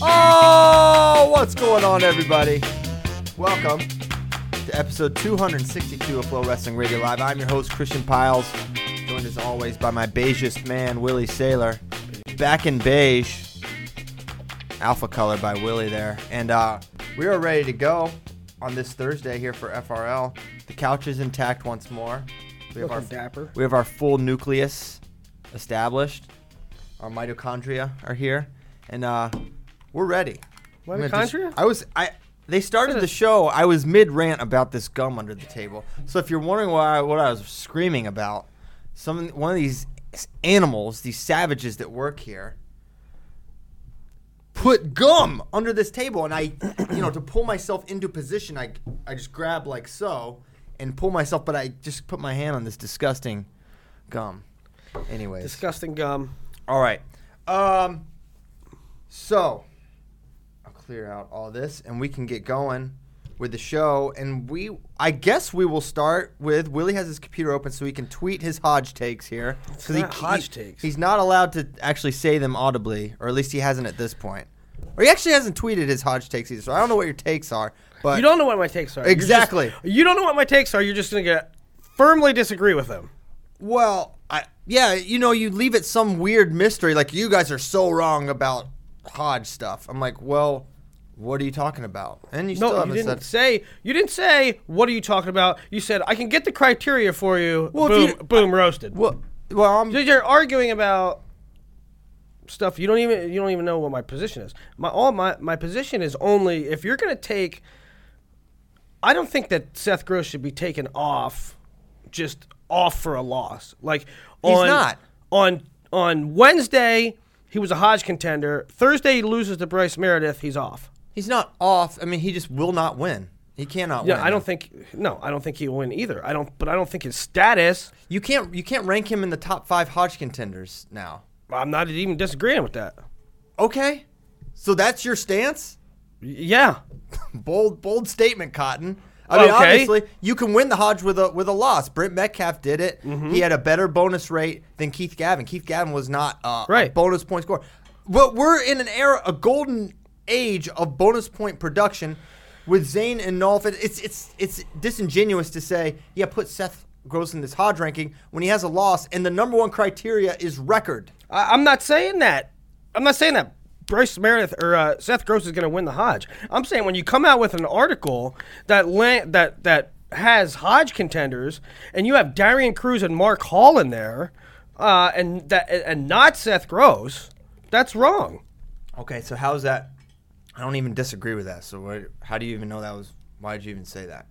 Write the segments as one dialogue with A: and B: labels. A: Oh, what's going on, everybody? Welcome to episode 262 of Flow Wrestling Radio Live. I'm your host, Christian Piles, joined as always by my beigest man, Willie Sailor. Back in beige, alpha color by Willie there. And uh, we are ready to go on this Thursday here for FRL. The couch is intact once more. We have, our,
B: dapper.
A: we have our full nucleus established. Our mitochondria are here, and uh, we're ready. I'm gonna dis-
B: Mitochondria?
A: I was I. They started the show. I was mid rant about this gum under the table. So if you're wondering why what I was screaming about, some one of these animals, these savages that work here, put gum under this table, and I, you know, to pull myself into position, I I just grab like so and pull myself, but I just put my hand on this disgusting gum. Anyways,
B: Disgusting gum.
A: all right. Um, so I'll clear out all this, and we can get going with the show. And we, I guess, we will start with Willie has his computer open, so he can tweet his Hodge takes here. Because
B: not Hodge takes.
A: He's not allowed to actually say them audibly, or at least he hasn't at this point. Or he actually hasn't tweeted his Hodge takes either. So I don't know what your takes are, but
B: You don't know what my takes are. You're just-
A: Exactly.
B: you don't know what my takes are. You're just gonna get firmly disagree with them.
A: Well, I yeah, you know, you leave it some weird mystery. Like you guys are so wrong about Hodge stuff. I'm like, well, what are you talking about? And you still
B: No, you
A: haven't
B: didn't
A: said.
B: say. You didn't say. What are you talking about? You said I can get the criteria for you.
A: Well,
B: boom,
A: if you-
B: boom, roasted.
A: well, well, I'm,
B: So You're arguing about stuff you don't even you don't even know what my position is. My all my my position is only if you're going to take. I don't think that Seth Gross should be taken off, just off for a loss. Like
A: He's
B: on,
A: not.
B: on on Wednesday he was a Hodge contender. Thursday he loses to Bryce Meredith. He's off.
A: he's not off. I mean, he just will not win. He cannot
B: Yeah,
A: win.
B: I don't think no, I don't think he'll win either. I don't, but I don't think his status.
A: You can't. You can't rank him in the top five Hodge contenders now.
B: I'm not even disagreeing with that.
A: Okay, so that's your stance.
B: Y- Yeah,
A: Bold, bold statement, Cotton. I mean,
B: Okay.
A: obviously, you can win the Hodge with a with a loss. Brent Metcalf did it.
B: Mm-hmm.
A: He had a better bonus rate than Keith Gavin. Keith Gavin was not uh, a
B: Right.
A: bonus point score. But we're in an era, a golden age of bonus point production with Zane and Nolf. It- It's it's it's disingenuous to say, yeah, put Seth Gross in this Hodge ranking when he has a loss, and the number one criteria is record.
B: I, I'm not saying that. I'm not saying that Bryce Meredith or uh, Seth Gross is going to win the Hodge. I'm saying when you come out with an article that la- that that has Hodge contenders and you have Darian Cruz and Mark Hall in there, uh, and that and- and not Seth Gross, that's wrong.
A: Okay, so how's that? I don't even disagree with that. So what, how do you even know that was? Why did you even say that?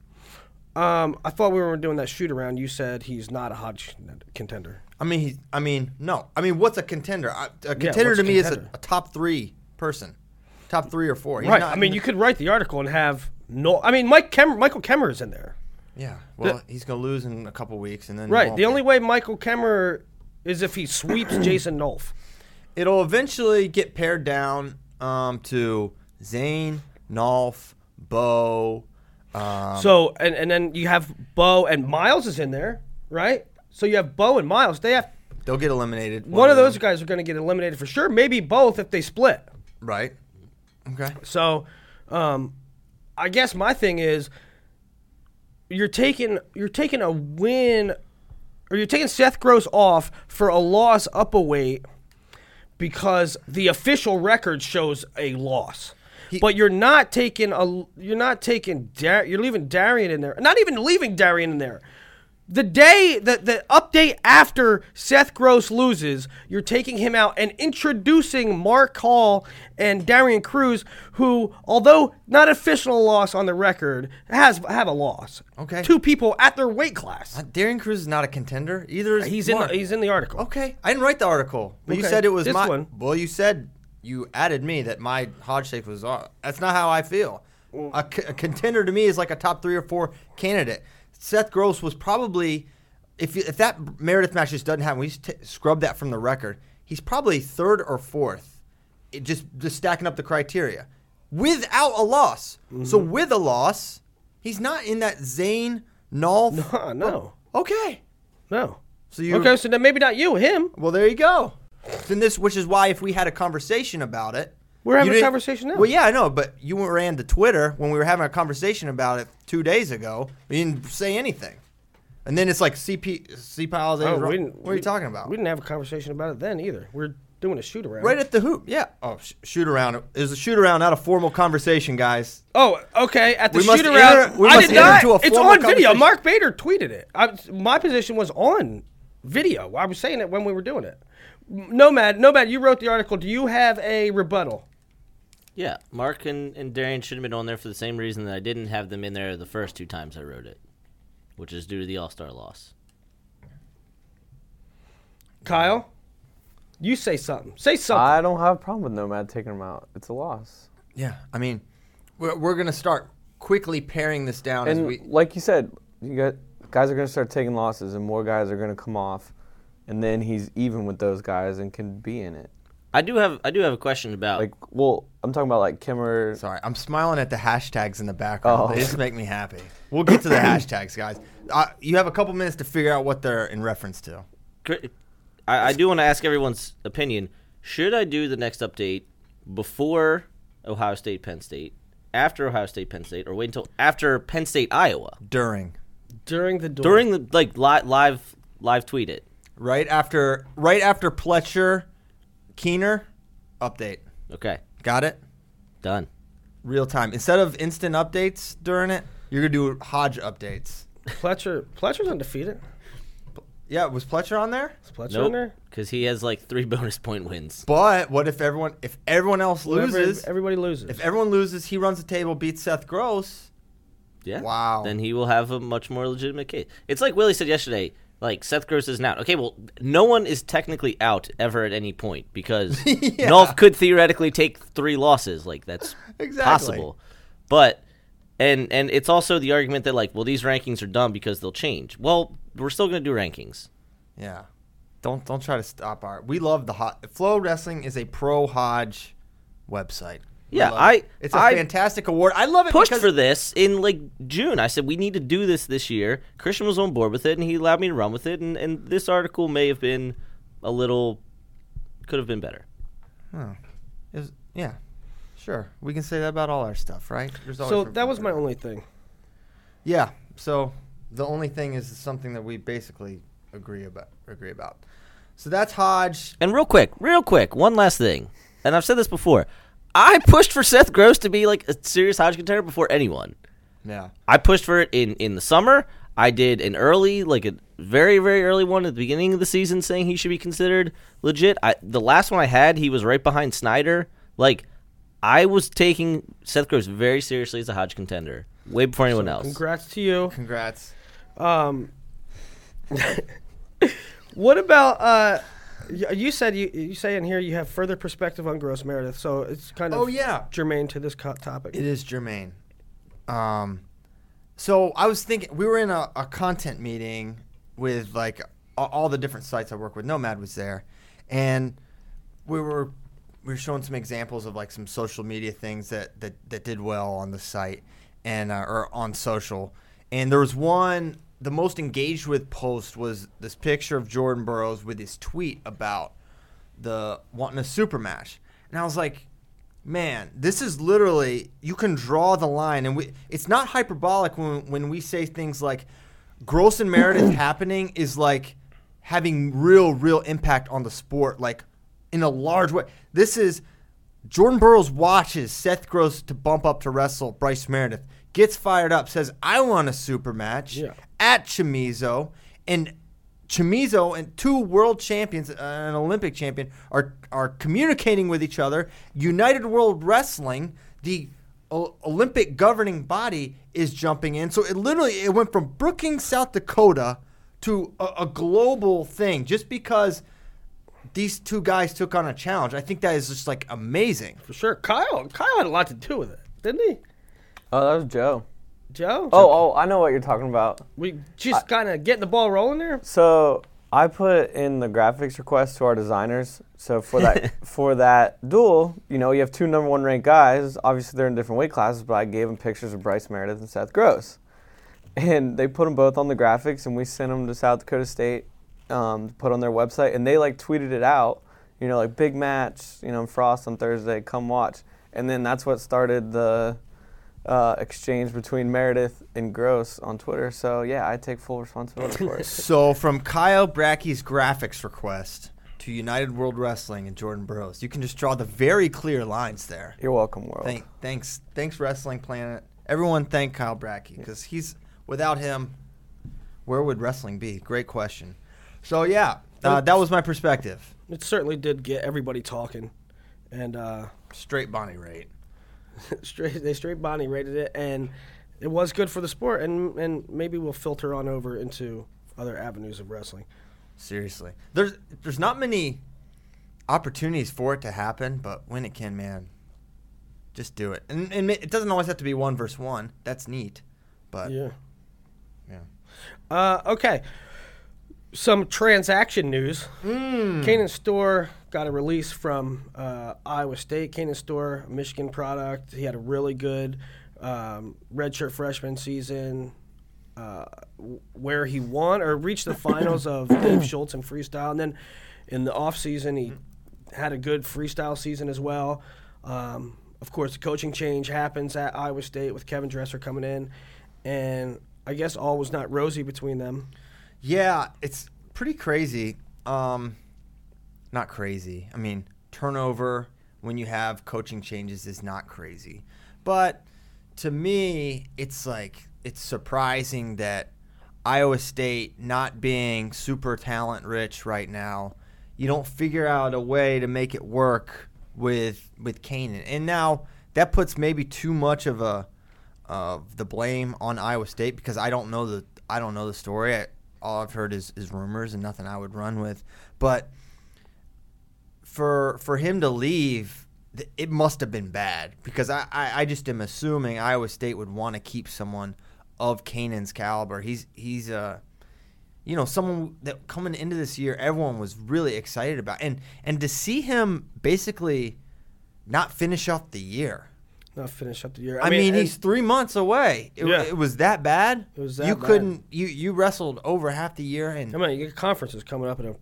B: Um, I thought we were doing that shoot around. You said he's not a Hodge contender.
A: I mean, he's, I mean, no. I mean, what's a contender? I- A contender
B: what's
A: to
B: a
A: me is
B: contender?
A: a, a top three person, top three or four. He's
B: right.
A: not
B: I mean,
A: in
B: you
A: the-
B: could write the article and have no. I mean, Mike Kemmer, Michael Kemmer is in there.
A: Yeah. Well, he's gonna lose in a couple weeks, and then he
B: Right.
A: won't
B: The
A: be.
B: only way Michael Kemmer is if he sweeps Jason Nolf.
A: It'll eventually get pared down um, to Zane, Nolf, Bo. Um,
B: So and, and then you have Bo and Miles is in there, right? So you have Bo and Miles. They have
A: they'll get eliminated.
B: one of those guys are going to get eliminated for sure. Maybe both if they split.
A: right? Okay.
B: So, um, I guess my thing is you're taking you're taking a win, or you're taking Seth Gross off for a loss up a weight because the official record shows a loss. but you're not taking a you're not taking Dar- you're leaving Darian in there. Not even leaving Darian in there. The day the the update after Seth Gross loses, you're taking him out and introducing Mark Hall and Darian Cruz, who, although not official loss on the record, has have a loss.
A: Okay.
B: two people at their weight class.
A: Uh, Darian Cruz is not a contender. Either is
B: He's in the,
A: Mark.
B: he's in the article.
A: Okay, I didn't write the article, but you
B: Okay,
A: said it was
B: this
A: my.
B: one.
A: Well, you said you added me that my Hodge take was off. That's not how I feel. A, c- a contender to me is like a top three or four candidate. Seth Gross was probably, if you- if that Meredith match just doesn't happen, we just t- scrub that from the record. He's probably third or fourth, it just just stacking up the criteria, without a loss. So
B: Mm-hmm.
A: with a loss, he's not in that Zane Nolf.
B: Huh, no,
A: Okay,
B: Oh. no.
A: so you
B: okay, so then maybe not you, him.
A: well, there you go. Then this, which is why if we had a conversation about it,
B: We're having
A: you
B: a
A: didn't-
B: conversation now.
A: Well, yeah, I know, but you went- ran to Twitter when we were having a conversation about it two days ago. You didn't say anything, and then it's like CP CPiles.
B: Oh,
A: what
B: we didn't-
A: are you
B: we-
A: talking about?
B: We didn't have a conversation about it then either. We're doing a shoot around.
A: right at the hoop. Yeah. Oh, sh- shoot around. It was a shoot around, not a formal conversation, guys.
B: Oh, okay. At the
A: We must
B: shoot around,
A: enter- we
B: I
A: must
B: did not.
A: enter into a
B: it's
A: formal
B: on video.
A: conversation.
B: Mark Bader tweeted it. I, my position was on video. I was saying it when we were doing it. Nomad, Nomad, you wrote the article. Do you have a rebuttal?
C: Yeah, Mark and, and Darian should have been on there for the same reason that I didn't have them in there the first two times I wrote it, which is due to the All Star loss.
B: Kyle, you say something. Say something.
D: I don't have a problem with Nomad taking him out. It's a loss.
A: Yeah. I mean, we're, we're gonna start quickly paring this down as
D: And
A: we.
D: like you said, you got, guys are going to start taking losses, and more guys are going to come off, and then he's even with those guys and can be in it.
C: I do have I do have a question about
D: Like, well, I'm talking about like Kimmer.
A: Sorry, I'm smiling at the hashtags in the background.
D: Oh.
A: They just make me happy. We'll get to the hashtags, guys. Uh, you have a couple minutes to figure out what they're in reference to.
C: Cr- I, I do want to ask everyone's opinion. Should I do the next update before Ohio State Penn State, after Ohio State Penn State, or wait until after Penn State Iowa
A: During,
B: during the duel.
C: during the like li- live live tweet it?
A: right after, right after Pletcher, Keener, update.
C: Okay,
A: Got it.
C: done.
A: Real time. Instead of instant updates during it, you're gonna do Hodge updates.
B: Pletcher, Pletcher's undefeated.
A: Yeah, was Pletcher on there?
B: Is Pletcher in
C: Nope,
B: there?
C: because he has like three bonus point wins.
A: But what if everyone, if everyone else
B: Whoever-
A: loses,
B: everybody loses.
A: if everyone loses, he runs the table, beats Seth Gross.
C: Yeah.
A: Wow.
C: Then he will have a much more legitimate case. It's like Willie said yesterday. Like Seth Gross isn't out. Okay, well, no one is technically out ever at any point because Nolf could theoretically take three losses. Like that's
A: Exactly.
C: possible. But and and it's also the argument that like, well, these rankings are dumb because they'll change. Well, we're still going to do rankings.
A: Yeah. Don't don't try to stop our. We love the hot Flow Wrestling is a pro Hodge website. We
C: Yeah,
A: love
C: I-
A: it. it's a
C: I
A: fantastic award. I love it
C: Pushed
A: because
C: for this in like June. I said we need to do this this year. Christian was on board with it, and he allowed me to run with it. And and this article may have been a little could have been better.
A: it was- yeah, sure. We can say that about all our stuff, right? There's always
B: so
A: room
B: that
A: for
B: was my
A: improvement.
B: only thing.
A: Yeah. So the only thing is something that we basically agree about. Agree about. So that's Hodge.
C: And real quick, real quick, one last thing. And I've said this before. I pushed for Seth Gross to be like a serious Hodge contender before anyone.
A: Yeah.
C: I pushed for it in in the summer. I did an early, like a very very early one at the beginning of the season, saying he should be considered legit. I, the last one I had, he was right behind Snyder. Like I was taking Seth Gross very seriously as a Hodge contender way before anyone else.
B: Congrats to you.
A: Congrats.
B: Um, what about uh, y- you said you you say in here you have further perspective on Gross Meredith, so it's kind of
A: Oh, yeah.
B: germane to this co- topic.
A: It is germane. Um, so I was thinking we were in a, a content meeting with like a- all the different sites I work with. Nomad was there, and we were we were showing some examples of like some social media things that that, that did well on the site and uh, or on social. And there was one the most engaged with post was this picture of Jordan Burroughs with his tweet about the wanting a super match, and I was like, man, this is literally you can draw the line, and we, it's not hyperbolic when when we say things like Gross and Meredith happening is like having real real impact on the sport, like in a large way. This is Jordan Burroughs watches Seth Gross to bump up to wrestle Bryce Meredith, gets fired up, says, I want a super match at Chimizo. And Chimizo and two world champions, uh, an Olympic champion, are, are communicating with each other. United World Wrestling, the O- Olympic governing body, is jumping in. So it literally it went from Brookings, South Dakota to a, a global thing just because these two guys took on a challenge. I think that is just like amazing.
B: For sure. Kyle Kyle had a lot to do with it, didn't he?
D: Oh, that was Joe.
B: Joe?
D: Oh, oh, I know what you're talking about.
B: We just kind of getting the ball rolling there.
D: So I put in the graphics request to our designers. So for that for that duel, you know, you have two number one ranked guys. Obviously, they're in different weight classes, but I gave them pictures of Bryce Meredith and Seth Gross, and they put them both on the graphics, and we sent them to South Dakota State um, to put on their website, and they like tweeted it out. You know, like big match. You know, Frost on Thursday. Come watch. And then that's what started the uh, exchange between Meredith and Gross on Twitter. So yeah, I take full responsibility for it.
A: So from Kyle Brackey's graphics request to United World Wrestling and Jordan Burroughs, you can just draw the very clear lines there.
D: You're welcome, world.
A: Thank, thanks, thanks, Wrestling Planet. Everyone, thank Kyle Brackey because he's without him, where would wrestling be? Great question. So yeah, uh, that was my perspective.
B: It certainly did get everybody talking, and uh,
A: Straight Bonnie rate.
B: straight they straight Bonnie rated it, and it was good for the sport, and and maybe we'll filter on over into other avenues of wrestling.
A: Seriously, there's there's not many opportunities for it to happen, but when it can, man, just do it. And, and it doesn't always have to be one versus one. That's neat, but
B: Yeah. Yeah. Uh, okay. Some transaction news.
A: Hmm.
B: Canaan Store got a release from uh, Iowa State. Canaan Store, Michigan product. He had a really good um, redshirt freshman season uh, w- where he won or reached the finals of Dave Schultz in freestyle. And then in the offseason, he had a good freestyle season as well. Um, of course, the coaching change happens at Iowa State with Kevin Dresser coming in. And I guess all was not rosy between them.
A: yeah, it's pretty crazy. Um, not crazy. I mean, turnover when you have coaching changes is not crazy, but to me, it's like it's surprising that Iowa State not being super talent rich right now, you don't figure out a way to make it work with with Kanan. And now that puts maybe too much of a of the blame on Iowa State because I don't know the I don't know the story. I, all I've heard is, is rumors and nothing I would run with. But for for him to leave, th- it must have been bad because I, I, I just am assuming Iowa State would want to keep someone of Kanan's caliber. He's he's uh you know someone that coming into this year everyone was really excited about and and to see him basically not finish off the year.
B: Not finish up the year.
A: I, mean,
B: and-
A: he's three months away. It,
B: Yeah.
A: it was that bad. It
B: was that
A: you
B: bad.
A: couldn't you you wrestled over half the year and
B: I mean, your conference is coming up in a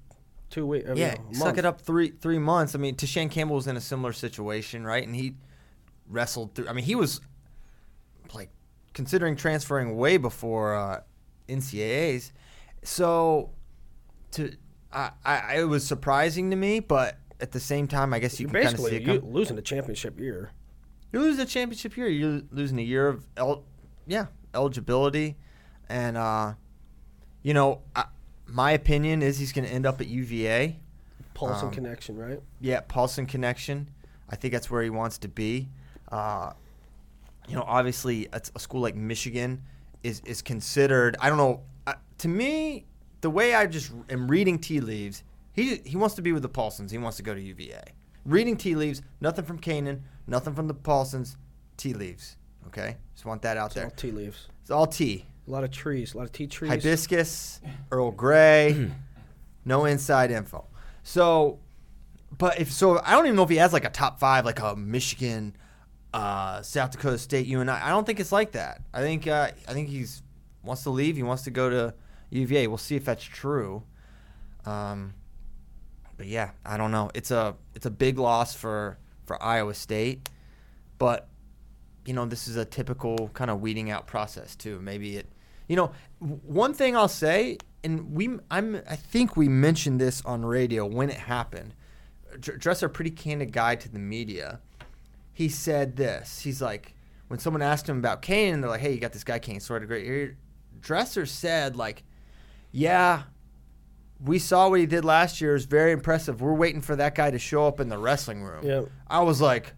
B: two week. I mean,
A: yeah,
B: a month.
A: suck it up three three months. I mean, Tashan Campbell was in a similar situation, right? And he wrestled through. I mean, he was like considering transferring way before uh, NCAA's. So to I, I it was surprising to me, but at the same time, I guess you
B: You're
A: can kind of see
B: basically
A: it.
B: you
A: come-
B: losing the championship year.
A: you're losing a championship year. You're losing a year of el- yeah eligibility, and uh, you know, I, my opinion is he's going to end up at UVA.
B: Paulson
A: Um,
B: connection, right?
A: Yeah, Paulson connection. I think that's where he wants to be. Uh, you know, obviously, a, a school like Michigan is is considered. I don't know. Uh, to me, the way I just am reading tea leaves, he he wants to be with the Paulsons. He wants to go to UVA. Reading tea leaves, nothing from Canaan, nothing from the Paulsons. Tea leaves. Okay, just want that out there.
B: All tea leaves.
A: It's all tea.
B: A lot of trees. A lot of tea trees.
A: Hibiscus, Earl Grey, No inside info. So, but if so, I don't even know if he has like a top five, like a Michigan, uh, South Dakota State, you and I. I don't think it's like that. I think uh, I think he's wants to leave. He wants to go to UVA. We'll see if that's true. Um, but yeah, I don't know. It's a it's a big loss for for Iowa State, but you know this is a typical kind of weeding out process too. Maybe it, you know, w- one thing I'll say, and we I'm I think we mentioned this on radio when it happened. Dr- Dresser, pretty candid guy to the media, he said this. He's like, when someone asked him about Kane, they're like, "Hey, you got this guy Kane, sort of great." year." Dresser said like, "Yeah, we saw what he did last year. It was very impressive. We're waiting for that guy to show up in the wrestling room.
B: Yeah.
A: I was like,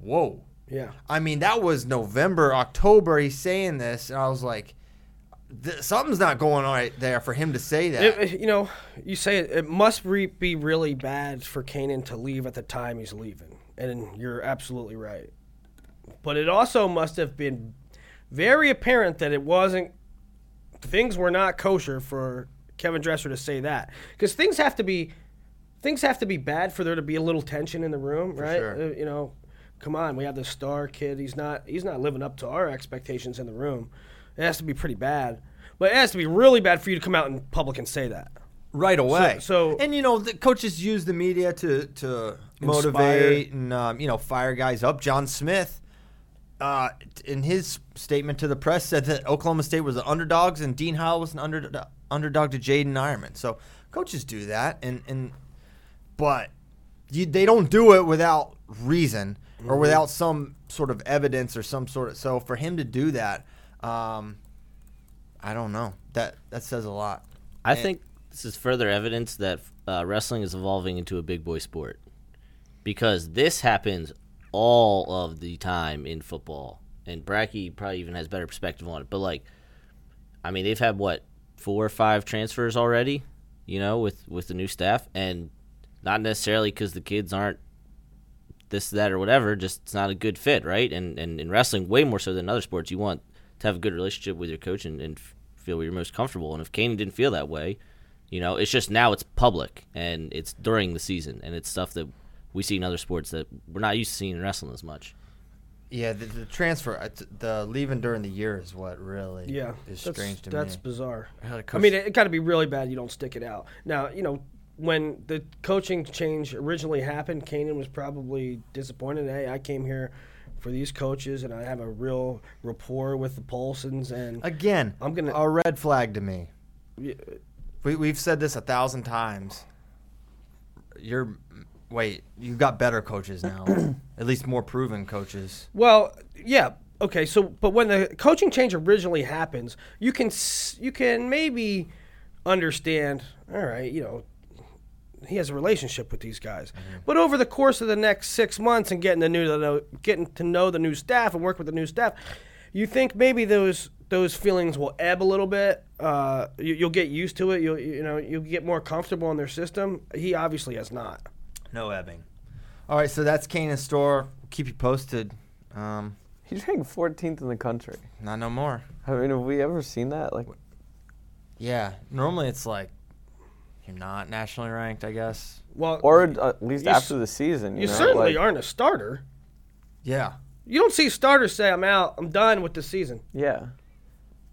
A: whoa.
B: Yeah.
A: I mean, that was November, October. He's saying this, and I was like, th- something's not going on right there for him to say that.
B: It- it- you know, you say it, it must re- be really bad for Kanan to leave at the time he's leaving, and you're absolutely right. But it also must have been very apparent that it wasn't. Things were not kosher for Kevin Dresser to say that because things have to be, things have to be bad for there to be a little tension in the room, right?
A: sure.
B: Uh, you know, come on, we have this star kid. He's not he's not living up to our expectations in the room. It has to be pretty bad, but it has to be really bad for you to come out in public and say that.
A: right away.
B: so-
A: and you know, the coaches use the media to to motivate and um, you know fire guys up. John Smith, uh, in his statement to the press, said that Oklahoma State was the underdogs and Dean Howell was an under, underdog to Jaden Ironman. So coaches do that, and and but you, they don't do it without reason or
B: Mm-hmm.
A: without some sort of evidence or some sort of. So for him to do that. Um, I don't know. That that says a lot.
C: I think this is further evidence that uh, wrestling is evolving into a big boy sport because this happens all of the time in football. And Bracky probably even has better perspective on it. But, like, I mean, they've had, what, four or five transfers already, you know, with, with the new staff. And not necessarily because the kids aren't this, that, or whatever, just it's not a good fit, right? And, and in wrestling, way more so than other sports, you want to have a good relationship with your coach and, and f- feel where you're most comfortable. And if Kane didn't feel that way, you know, it's just now it's public and it's during the season and it's stuff that we see in other sports that we're not used to seeing in wrestling as much.
A: Yeah, the, the transfer, uh, t- the leaving during the year is what really
B: Yeah,
A: is
B: that's,
A: strange to
B: that's
A: me.
B: bizarre.
A: had a
B: I
A: coach-
B: mean, it, got to be really bad. You don't stick it out. Now, you know, when the coaching change originally happened, Kanan was probably disappointed. Hey, I came here for these coaches, and I have a real rapport with the Paulsons, and
A: Again,
B: I'm gonna-
A: a red flag to me. We, we've said this a thousand times. You're wait, you've got better coaches now, at least more proven coaches.
B: Well, yeah. Okay. So, but when the coaching change originally happens, you can s- you can maybe understand. All right, you know, he has a relationship with these guys.
D: Mm-hmm.
B: But over the course of the next six months and getting to new getting to know the new staff and work with the new staff, you think maybe those those feelings will ebb a little bit. Uh, you, you'll get used to it. You'll you know you'll get more comfortable in their system. He obviously has not.
A: No ebbing. All right, so that's Kanan's store. We'll keep you posted. Um,
D: He's ranked 14th in the country.
A: not no more.
D: I mean, have we ever seen that? Like,
A: Yeah, normally it's like you're not nationally ranked, I guess.
B: Well,
D: or at least
B: You s-
D: after the season. You,
B: you
D: know,
B: certainly
D: like-
B: aren't a starter.
A: Yeah,
B: You don't see starters say, I'm out, I'm done with the season.
D: Yeah,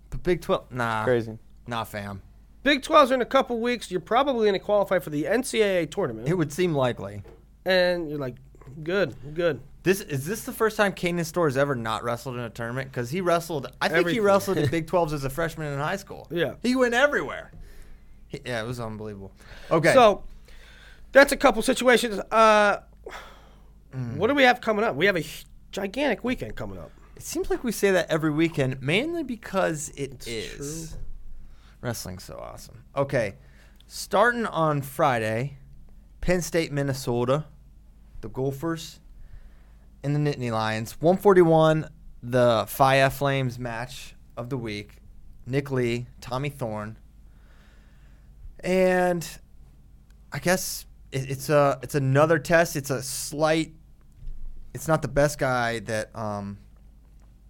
A: but Big Twelve, nah,
D: crazy.
A: nah, fam.
B: Big 12s are in a couple weeks. You're probably going to qualify for the NCAA tournament.
A: It would seem likely.
B: And you're like, good, good.
A: This is this the first time Kanan Store has ever not wrestled in a tournament? Because he wrestled, I think he
B: Everything.
A: wrestled in Big 12s as a freshman in high school.
B: Yeah.
A: he went everywhere. He- yeah, it was unbelievable. Okay,
B: So that's a couple situations. Uh,
A: Mm.
B: What do we have coming up? We have a h- gigantic weekend coming up.
A: it seems like we say that every weekend, mainly because it's Wrestling's so awesome. Okay, starting on Friday, Penn State, Minnesota, the Gophers, and the Nittany Lions. 141, the Fire Flames match of the week. Nick Lee, Tommy Thorne. And I guess it, it's a it's another test. It's a slight. It's not the best guy that um,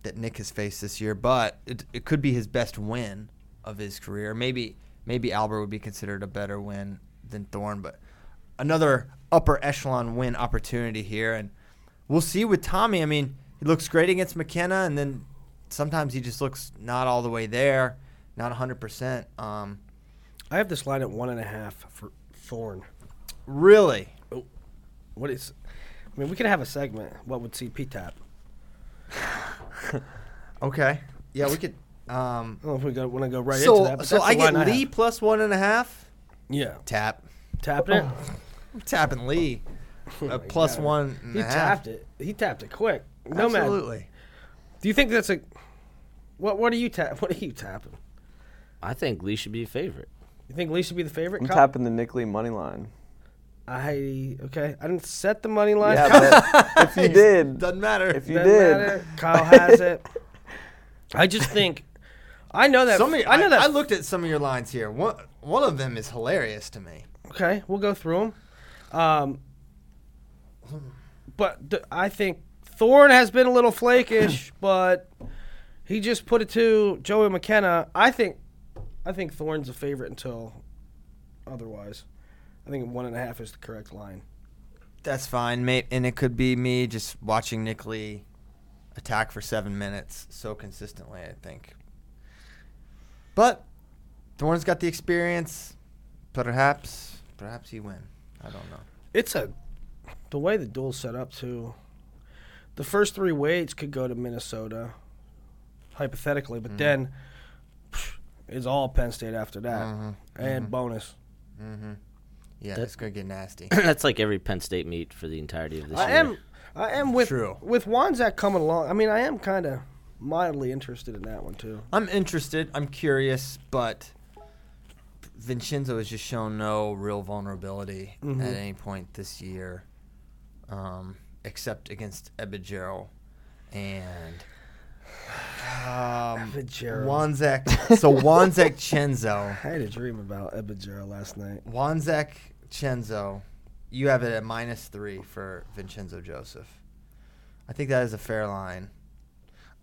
A: that Nick has faced this year, but it, it could be his best win of his career. Maybe maybe Albert would be considered a better win than Thorne, but another upper echelon win opportunity here, and we'll see with Tommy. I mean, he looks great against McKenna, and then sometimes he just looks not all the way there, not 100. percent Um,
B: I have this line at one and a half for Thorn.
A: really,
B: What is? I mean, we could have a segment. What would CP tap?
A: okay, yeah, we could. Um,
B: I don't know if we go, want to go right
A: so,
B: into that. But
A: so
B: that's the
A: I get
B: line have.
A: Lee plus one and a half.
B: Yeah,
A: Tap,
B: tapped
A: Oh,
B: it.
A: I'm tapping Lee, uh, plus one and
B: Oh He
A: a half.
B: tapped it. He tapped it quick. No man.
A: Absolutely.
B: Do you think that's a? What What are you tap? What are you tapping?
C: I think Lee should be a favorite.
B: You think Lee should be the favorite?
D: I'm
B: Kyle-
D: tapping the Nick Lee money line.
B: I okay. I didn't set the money line. Kyle
D: Yeah, but if you did,
A: Doesn't matter.
D: if you
B: Doesn't
D: did,
B: matter. Kyle has it. I just think I know that.
A: Some of your,
B: I know that.
A: I looked at some of your lines here. One one of them is hilarious to me.
B: okay, we'll go through them. Um, but th- I think Thorne has been a little flakish, but he just put it to Joey McKenna. I think, I think Thorne's a favorite until otherwise. I think one and a half is the correct line.
A: That's fine, mate. And it could be me just watching Nick Lee attack for seven minutes so consistently. I think. But Thorne's got the experience. Perhaps, perhaps he win. I don't know.
B: It's a the way the duel's set up too. The first three weights could go to Minnesota, hypothetically, but then psh, it's all Penn State after that, and bonus.
A: Yeah, it's gonna get nasty.
C: That's like every Penn State meet for the entirety of this
B: I
C: year.
B: am, I am with
A: True.
B: with Wanzak coming along. I mean, I am kind of mildly interested in that one too.
A: I'm interested. I'm curious, but Vincenzo has just shown no real vulnerability at any point this year, um, except against Ebigero and um,
B: Ebigero.
A: Wanzek. So Wanzek Chenzo,
B: I had a dream about Ebigera last night.
A: Wanzek Chenzo, you have it at minus three for Vincenzo Joseph. I think that is a fair line,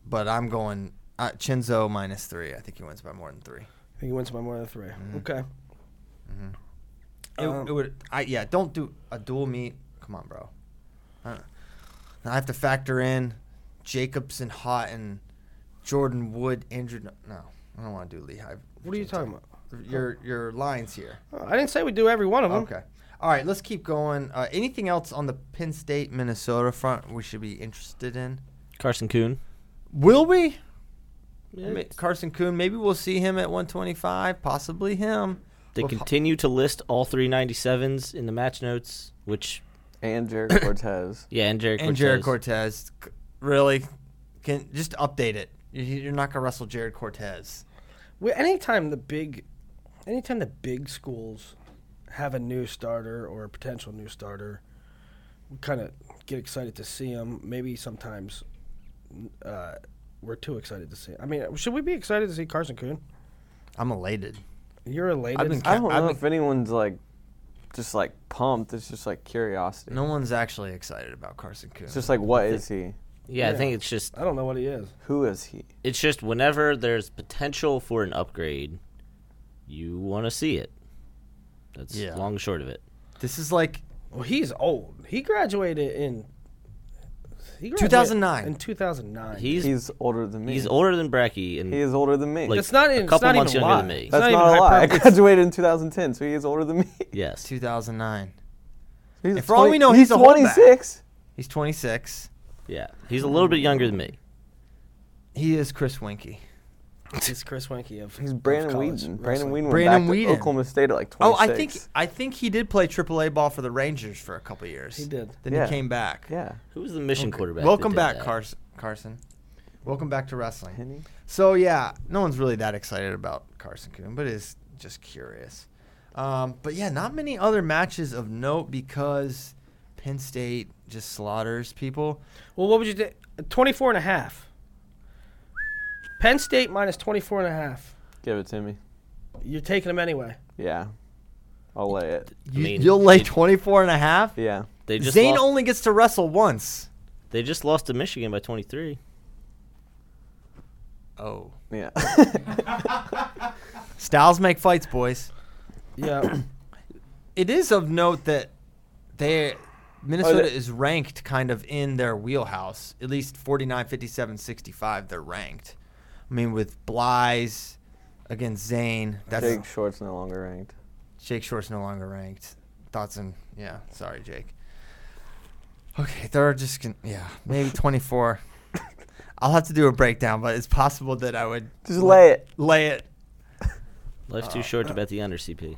A: but I'm going uh, Chenzo minus three. I think he wins by more than three.
B: I think he wins by more than 3 Okay,
A: It,
B: Um,
A: it would. I yeah. Don't do a dual meet. Come on, bro. Uh, I have to factor in Jacobs and Houghton, Jordan Wood, Andrew. No, no, I don't want to do Lehigh.
B: what are you talking about?
A: Your your lines here.
B: Oh, I didn't say we do every one of them.
A: Okay. All right. Let's keep going. Uh, anything else on the Penn State Minnesota front we should be interested in?
C: Carson Kuhn.
A: Will we? Ma-
C: They
A: Carson Kuhn. Maybe we'll see him at 125. Possibly him. Well, po-
C: continue to list all 397s in the match notes, which,
D: and Jared Cortez.
C: yeah, and Jared
A: and
C: Cortez.
A: Jared Cortez. C- Really, can just update it. You- You're not gonna wrestle Jared Cortez.
B: Well, anytime the big, anytime the big schools have a new starter or a potential new starter, we kind of get excited to see them. Maybe sometimes uh, we're too excited to see. I mean, should we be excited to see Carson Kuhn?
A: I'm elated.
B: You're elated.
A: I've been
D: I don't
A: I've
D: know
A: been-
D: if anyone's like, just like pumped. It's just like curiosity.
A: No one's actually excited about Carson Kuhn.
D: It's just like, what is he?
C: Yeah, I think it's just
B: I don't know what he is.
D: Who is he?
C: it's just whenever there's potential for an upgrade, you want to see it. That's
A: Yeah.
C: long and short of it.
A: this is like
B: Well, he's old. He graduated in. He graduated
A: 2009.
B: In 2009.
C: He's he's,
D: He's older than me.
C: older than Bracky, and
D: He is older than me.
C: like
B: It's not in-
C: a
B: it's
C: couple
B: not
C: months
B: even a
C: younger than
B: lie.
C: me.
B: It's not
D: That's not,
B: even
D: a lie. I
B: hyperbole.
D: graduated in 2010, so he is older than me.
C: Yes,
A: 2009.
D: He's
A: And for all we know, he's a holdback.
D: 26.
A: He's 26.
C: yeah, he's a little bit younger than me.
A: He is Chris Winky.
B: He's Chris Wanky of.
D: He's
B: of
D: Brandon
B: college wrestling.
D: Whedon. Brandon Whedon went
A: Brandon
D: back
A: Whedon.
D: to Oklahoma State at like 26.
A: Oh, I think I think he did play AAA ball for the Rangers for a couple years.
B: He did.
A: Then
D: Yeah.
A: he came back.
D: Yeah.
C: Who was the mission quarterback? that
A: Welcome
C: did
A: back,
C: that?
A: Carson. Carson. Welcome back to wrestling.
D: Penny?
A: So yeah, no one's really that excited about Carson Coon, but is just curious. Um, but yeah, not many other matches of note because Penn State just slaughters people.
B: Well, what would you do? 24 and a half. Penn State minus 24 and a half.
D: Give it to me.
B: You're taking them anyway.
D: Yeah. I'll lay it.
A: You,
C: mean,
A: you'll lay
C: it-
A: 24 and a half.
D: Yeah.
C: They just
A: Zane
C: lost,
A: only gets to wrestle once.
C: they just lost to Michigan by 23.
A: Oh.
D: Yeah.
A: Styles make fights, boys.
B: Yeah.
A: it is of note that they Minnesota
D: Oh, the-
A: is ranked kind of in their wheelhouse. At least 49, 57, 65 they're ranked. I mean with Bly's against Zane, that's
D: Jake Short's no longer ranked.
A: Jake Short's no longer ranked. Thoughts and yeah, sorry Jake. Okay, they're just gonna, yeah, maybe 24. I'll have to do a breakdown, but it's possible that I would
D: Just lay it.
A: lay it
C: Life's too short to bet the under CP.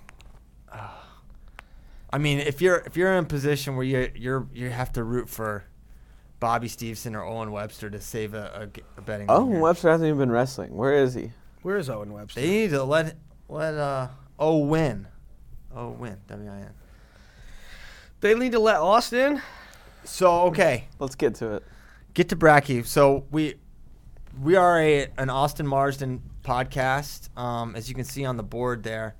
A: I mean, if you're if you're in a position where you you're you have to root for Bobby Stevenson or Owen Webster to save a, a g- a betting.
D: Oh,
A: winner,
D: Webster hasn't even been wrestling. Where is he?
B: Where is Owen Webster?
A: They need to let let uh O win, O win W I N.
B: They need to let Austin.
A: So okay,
D: Let's get to it.
A: get to Bracky. So we we are a an Austin Marsden podcast, um, as you can see on the board there.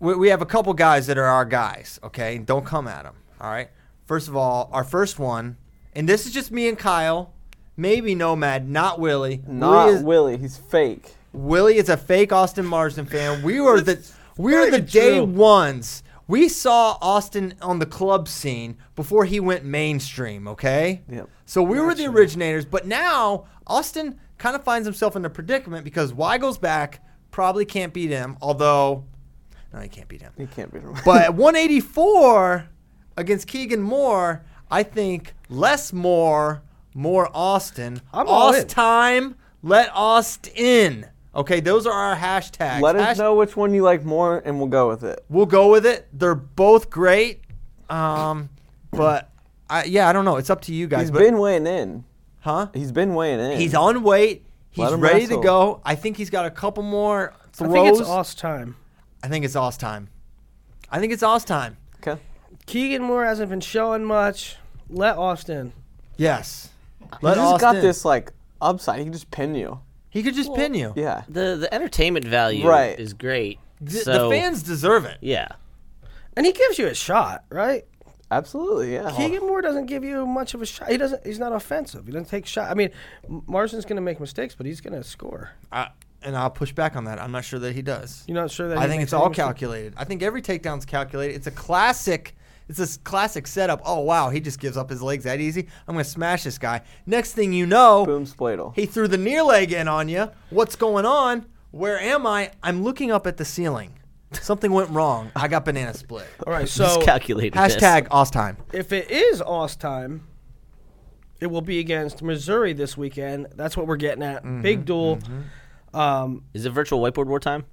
A: We, we have a couple guys that are our guys. Okay, don't come at them. All right. First of all, our first one, and this is just me and Kyle. Maybe Nomad, not Willie.
D: Not
A: Willie is,
D: Willie. He's fake.
A: Willie is a fake Austin Marsden fan. We were the we were the
B: very
A: day
B: true.
A: ones. We saw Austin on the club scene before he went mainstream. Okay.
D: Yep.
A: So we were the originators, but now Austin kind of finds himself in a predicament because Y goes back probably can't beat him. Although, no, he can't beat him.
D: He can't be.
A: But at 184 against Keegan Moore, I think less Moore, more Austin.
B: I'm all in.
A: Aust time. Let Aust in. Okay, those are our hashtags.
D: Let
A: Hash-
D: us know which one you like more, and we'll go with it.
A: We'll go with it. They're both great. Um, but I, yeah, I don't know. It's up to you guys.
D: He's
A: but,
D: been weighing in.
A: huh?
D: He's been weighing in.
A: He's on weight. He's
D: Let him
A: ready
D: wrestle.
A: to go. I think he's got a couple more
B: I
A: throws.
B: think it's Austin time.
A: I think it's Aust time. I think it's Aust time.
D: Okay.
B: Keegan Moore hasn't been showing much. Let Austin.
A: Yes.
D: He
A: Let
D: just got
A: Austin-
D: this like upside. He can just pin you.
A: He could just pin you.
D: Yeah.
C: The the entertainment value
D: Right.
C: is great.
A: Th-
C: so,
A: the fans deserve it.
C: yeah.
B: And he gives you a shot, right?
D: Absolutely.
A: Oh.
D: Yeah.
B: Keegan Moore doesn't give you much of a shot. He doesn't. He's not offensive. He doesn't take shot. I mean, M- Marsden's going to make mistakes, but he's going to score.
A: I, and I'll push back on that. I'm not sure that he does.
B: You're not sure that
A: I
B: he
A: think
B: makes
A: it's all
B: any mistakes?
A: calculated. I think every takedown's calculated. It's a classic. It's a s- classic setup. Oh wow, he just gives up his legs that easy. I'm gonna smash this guy. Next thing you know,
D: Boom. Spladle.
A: he threw the near leg in on you. What's going on? Where am I? I'm looking up at the ceiling. Something went wrong. I got banana split.
B: All right.
C: Just
B: So
C: calculated this.
A: Hashtag Oz time.
B: if it is Aust time, it will be against Missouri this weekend. That's what we're getting at.
A: Mm-hmm,
B: Big duel. Um,
C: Is it virtual whiteboard war time?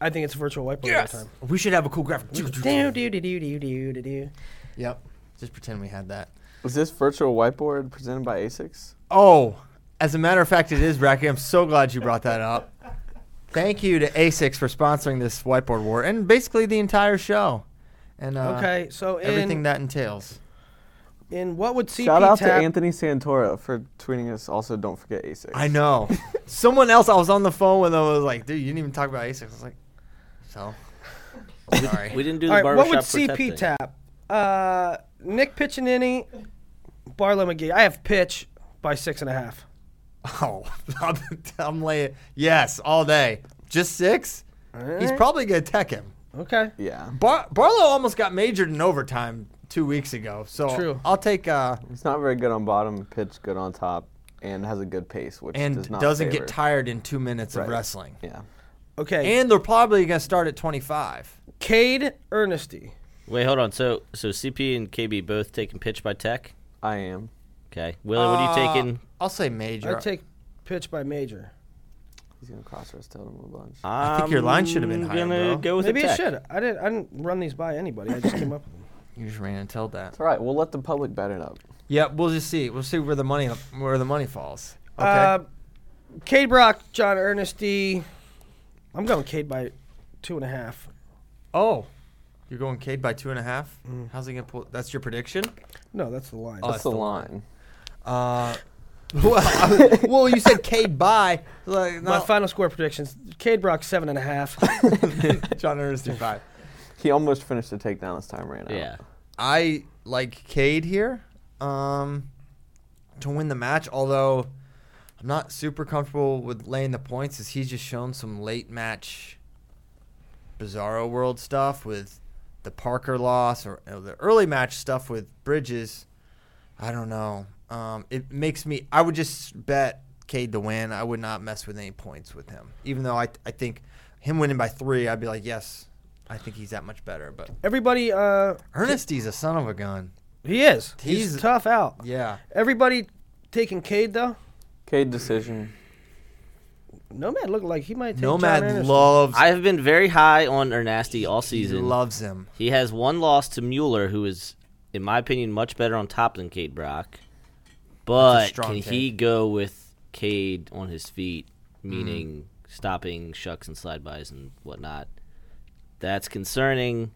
B: I think it's a virtual whiteboard yes. time.
A: We should have a cool graphic.
B: Do, do, do, do, do, do, do, do.
A: Yep. Just pretend we had that.
D: Was this virtual whiteboard presented by Asics?
A: Oh, as a matter of fact, it is Bracky. I'm so glad you brought that up. Thank you to Asics for sponsoring this whiteboard war and basically the entire show, and uh,
B: Okay, so in,
A: everything that entails.
B: in what would CP
D: Shout out to
B: tap-
D: Anthony Santoro for tweeting us. Also, don't forget Asics.
A: I know. Someone else, I was on the phone with, them was like, "Dude, you didn't even talk about Asics." I was like, "So, sorry."
C: We didn't do
B: All
C: the
B: right, what
C: barbershop
B: would
C: quartet
B: CP
C: thing.
B: tap? Uh, Nick Piccinini, Barlow McGee. I have pitch by six and a half.
A: Oh, I'm, I'm laying. Yes, all day. Just six. He's probably gonna tech him.
B: Okay.
D: Yeah.
A: Bar- Barlow almost got majored in overtime two weeks ago, so
B: True.
A: I'll take. Uh,
D: He's not very good on bottom. Pitch good on top, and has a good pace, which
A: and
D: does not
A: does not
D: favor.
A: get tired in two minutes
D: Right.
A: of wrestling.
D: Yeah.
B: Okay.
A: And they're probably going to start at 25.
B: Cade Ernesty.
C: Wait, hold on. So so CP and KB both taking pitch by tech.
D: I am.
C: Okay, Willie, what are
A: Uh,
C: you taking?
A: I'll say major.
B: I take pitch by major.
D: He's gonna cross wrist tail him a bunch.
A: I think Ah, your line should have been
C: I'm
A: higher,
C: gonna
A: bro.
C: Go with
B: Maybe
C: a
B: it
C: tech.
B: should. I didn't. I didn't run these by anybody. I just came up with them.
A: You just ran and told that.
D: It's all right. We'll let the public bet it up.
A: Yeah, we'll just see. We'll see where the money where the money falls. Okay.
B: Uh, Cade Brock, John Ernesty. I'm going Cade by two and a half.
A: oh, you're going Cade by two and a half. How's he going to pull? That's your prediction.
B: No, that's the
C: Oh,
B: line.
D: That's the line.
A: Uh, well, I- well, you said Cade by. Like,
B: My
A: not
B: final score predictions: Cade Brock seven and a half.
A: John Ernest five.
D: He almost finished the takedown this time right now.
C: Yeah.
A: I like Cade here um, to win the match, although I'm not super comfortable with laying the points as he's just shown some late match bizarro world stuff with the Parker loss or uh, the early match stuff with Bridges, I don't know. Um, it makes me. I would just bet Cade to win. I would not mess with any points with him, even though I I think him winning by three, I'd be like, yes, I think he's that much better. But
B: Everybody, uh,
A: Ernesty's a son of a gun.
B: he is. He's,
A: He's-
B: tough out.
A: Yeah.
B: Everybody taking Cade though.
D: Cade decision.
B: Nomad looked like he might take John
A: Nomad
B: Anderson.
A: loves
C: I have been very high on Ernasty all
A: he
C: season.
A: loves him.
C: He has one loss to Mueller, who is, in my opinion, much better on top than Cade Brock. But
A: strong
C: can he go with Cade on his feet, meaning stopping shucks and slide bys and whatnot? That's concerning.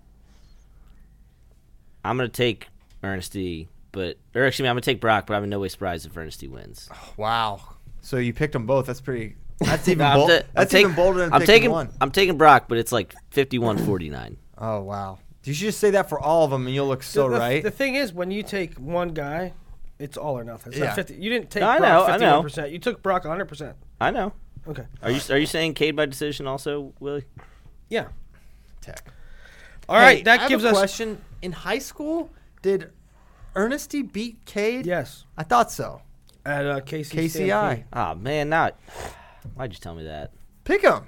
C: I'm gonna take Ernesty, but or excuse me, I'm gonna take Brock, but I'm in no way surprised if Ernesty wins.
A: Wow. So you picked them both. That's pretty. That's even
C: I'm
A: bol-
C: ta- I'm
A: that's
C: take-
A: even bolder than
C: I'm
A: picking
C: taking
A: one.
C: I'm taking Brock, but it's like 51-49.
A: Oh wow! You should just say that for all of them, and you'll look so
B: the, the-
A: right.
B: The thing is, when you take one guy, it's all or nothing. It's
A: Yeah.
B: not 50. You didn't take
C: No, I know,
B: Brock
C: I know.
B: 51%. You took Brock 100%.
C: I know.
B: Okay.
C: Are you are you saying Cade by decision also, Willie?
B: Yeah.
A: Tech.
B: All right.
A: Hey, I
B: that
A: have
B: gives
A: a
B: us.
A: question. In high school, did Ernesty beat Cade?
B: Yes.
A: I thought so.
B: At uh, KC
A: KCI,
B: Stampede.
C: Ah man, not. Why'd you tell me that?
A: pick him.